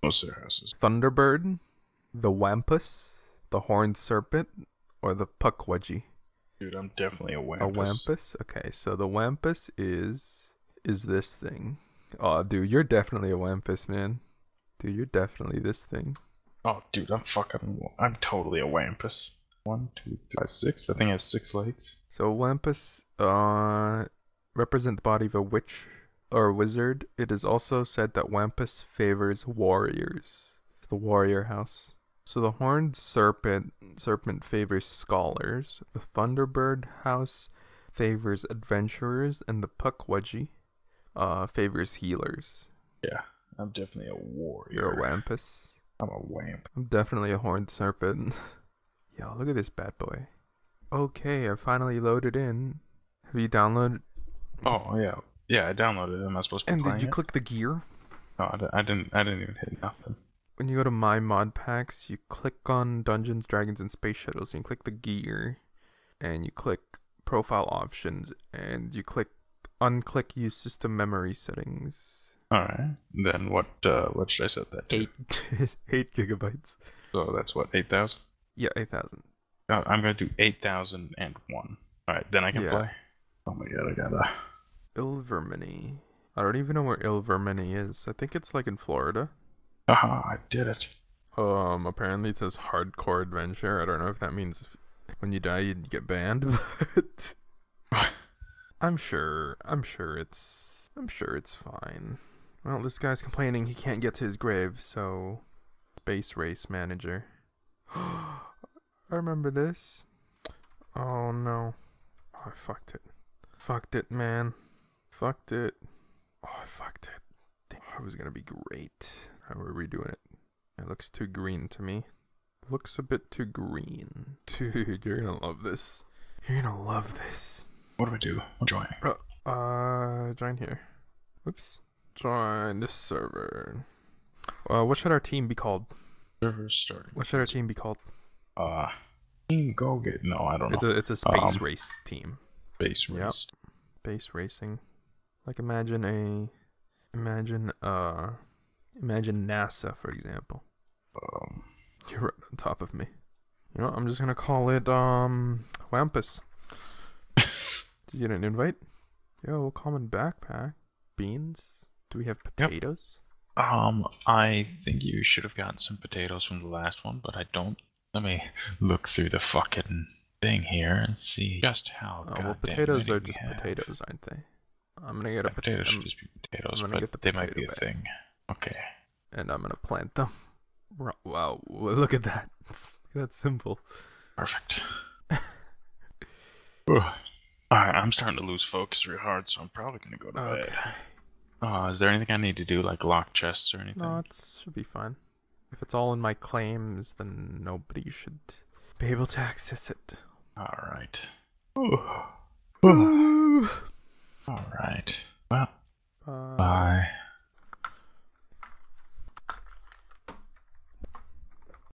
[SPEAKER 3] What's their houses?
[SPEAKER 1] Thunderbird, the Wampus, the Horned Serpent, or the Puckwudgie?
[SPEAKER 3] Dude, I'm definitely a Wampus.
[SPEAKER 1] A Wampus? Okay, so the Wampus is is this thing. Oh, dude, you're definitely a Wampus, man. Dude, you're definitely this thing.
[SPEAKER 3] Oh, dude, I'm fucking. I'm totally a Wampus. One, two, three, five, six. That thing has six legs.
[SPEAKER 1] So Wampus uh represent the body of a witch or wizard. It is also said that Wampus favors warriors. It's the warrior house. So the horned serpent serpent favors scholars. The Thunderbird house favors adventurers and the Puckwudgie uh favors healers.
[SPEAKER 3] Yeah, I'm definitely a warrior.
[SPEAKER 1] You're a Wampus.
[SPEAKER 3] I'm a Wamp.
[SPEAKER 1] I'm definitely a horned serpent. Yo, look at this bad boy. Okay, I finally loaded in. Have you downloaded
[SPEAKER 3] Oh yeah, yeah. I downloaded it. Am I supposed to be
[SPEAKER 1] And
[SPEAKER 3] playing
[SPEAKER 1] did you
[SPEAKER 3] it?
[SPEAKER 1] click the gear?
[SPEAKER 3] No, I di- I didn't. I didn't even hit nothing.
[SPEAKER 1] When you go to My Mod Packs, you click on Dungeons, Dragons, and Space Shuttles, and you click the gear, and you click Profile Options, and you click Unclick Use System Memory Settings.
[SPEAKER 3] All right. Then what? Uh, what should I set that to?
[SPEAKER 1] Eight, eight gigabytes.
[SPEAKER 3] So that's what eight thousand.
[SPEAKER 1] Yeah, eight thousand.
[SPEAKER 3] Uh, I'm gonna do eight thousand and one. All right, then I can
[SPEAKER 1] Yeah.
[SPEAKER 3] play. Oh my god, I gotta.
[SPEAKER 1] Ilvermany. I don't even know where Ilvermany is. I think it's like in Florida.
[SPEAKER 3] Aha! I did it.
[SPEAKER 1] Um, apparently it says hardcore adventure. I don't know if that means when you die you'd get banned, but I'm sure I'm sure it's I'm sure it's fine. Well, this guy's complaining he can't get to his grave, so space race manager. I remember this. Oh no. Oh, I fucked it. Fucked it, man. Fucked it. Oh, I fucked it. Damn, I was gonna be great. How are we doing it? It looks too green to me. Looks a bit too green. Dude, you're gonna love this. You're gonna love this.
[SPEAKER 3] What do I do? I'm joining.
[SPEAKER 1] Uh, join here. Whoops. Join this server. Uh, what should our team be called?
[SPEAKER 3] Server starting.
[SPEAKER 1] What should our team be called?
[SPEAKER 3] Uh, Team go get. No, I don't know.
[SPEAKER 1] It's a it's a space
[SPEAKER 3] Um,
[SPEAKER 1] race team.
[SPEAKER 3] Base
[SPEAKER 1] Yep.
[SPEAKER 3] race.
[SPEAKER 1] Space racing. Like imagine a, imagine uh, imagine NASA for example.
[SPEAKER 3] Um,
[SPEAKER 1] You're right on top of me. You know, I'm just gonna call it um Wampus. Did you get an invite? Yo, common backpack. Beans. Do we have potatoes?
[SPEAKER 3] um, I think you should have gotten some potatoes from the last one, but I don't. Let me look through the fucking thing here and see just how.
[SPEAKER 1] oh, well,
[SPEAKER 3] goddamn
[SPEAKER 1] potatoes
[SPEAKER 3] many
[SPEAKER 1] are
[SPEAKER 3] we
[SPEAKER 1] just
[SPEAKER 3] have.
[SPEAKER 1] potatoes, aren't they? I'm gonna get a
[SPEAKER 3] Yeah,
[SPEAKER 1] um, potato
[SPEAKER 3] potatoes should just be potatoes,
[SPEAKER 1] gonna
[SPEAKER 3] but
[SPEAKER 1] get the
[SPEAKER 3] they might be
[SPEAKER 1] potato
[SPEAKER 3] a
[SPEAKER 1] bag.
[SPEAKER 3] thing. Okay.
[SPEAKER 1] and I'm gonna plant them. Ro- Wow, w- look at that. That's simple.
[SPEAKER 3] Perfect. Alright, I'm starting to lose focus real hard, so I'm probably gonna go to
[SPEAKER 1] Okay.
[SPEAKER 3] bed. Uh, is there anything I need to do, like lock chests or anything?
[SPEAKER 1] No, it should be fine. If it's all in my claims, then nobody should be able to access it.
[SPEAKER 3] Alright. Alright. Well,
[SPEAKER 1] Uh,
[SPEAKER 3] bye.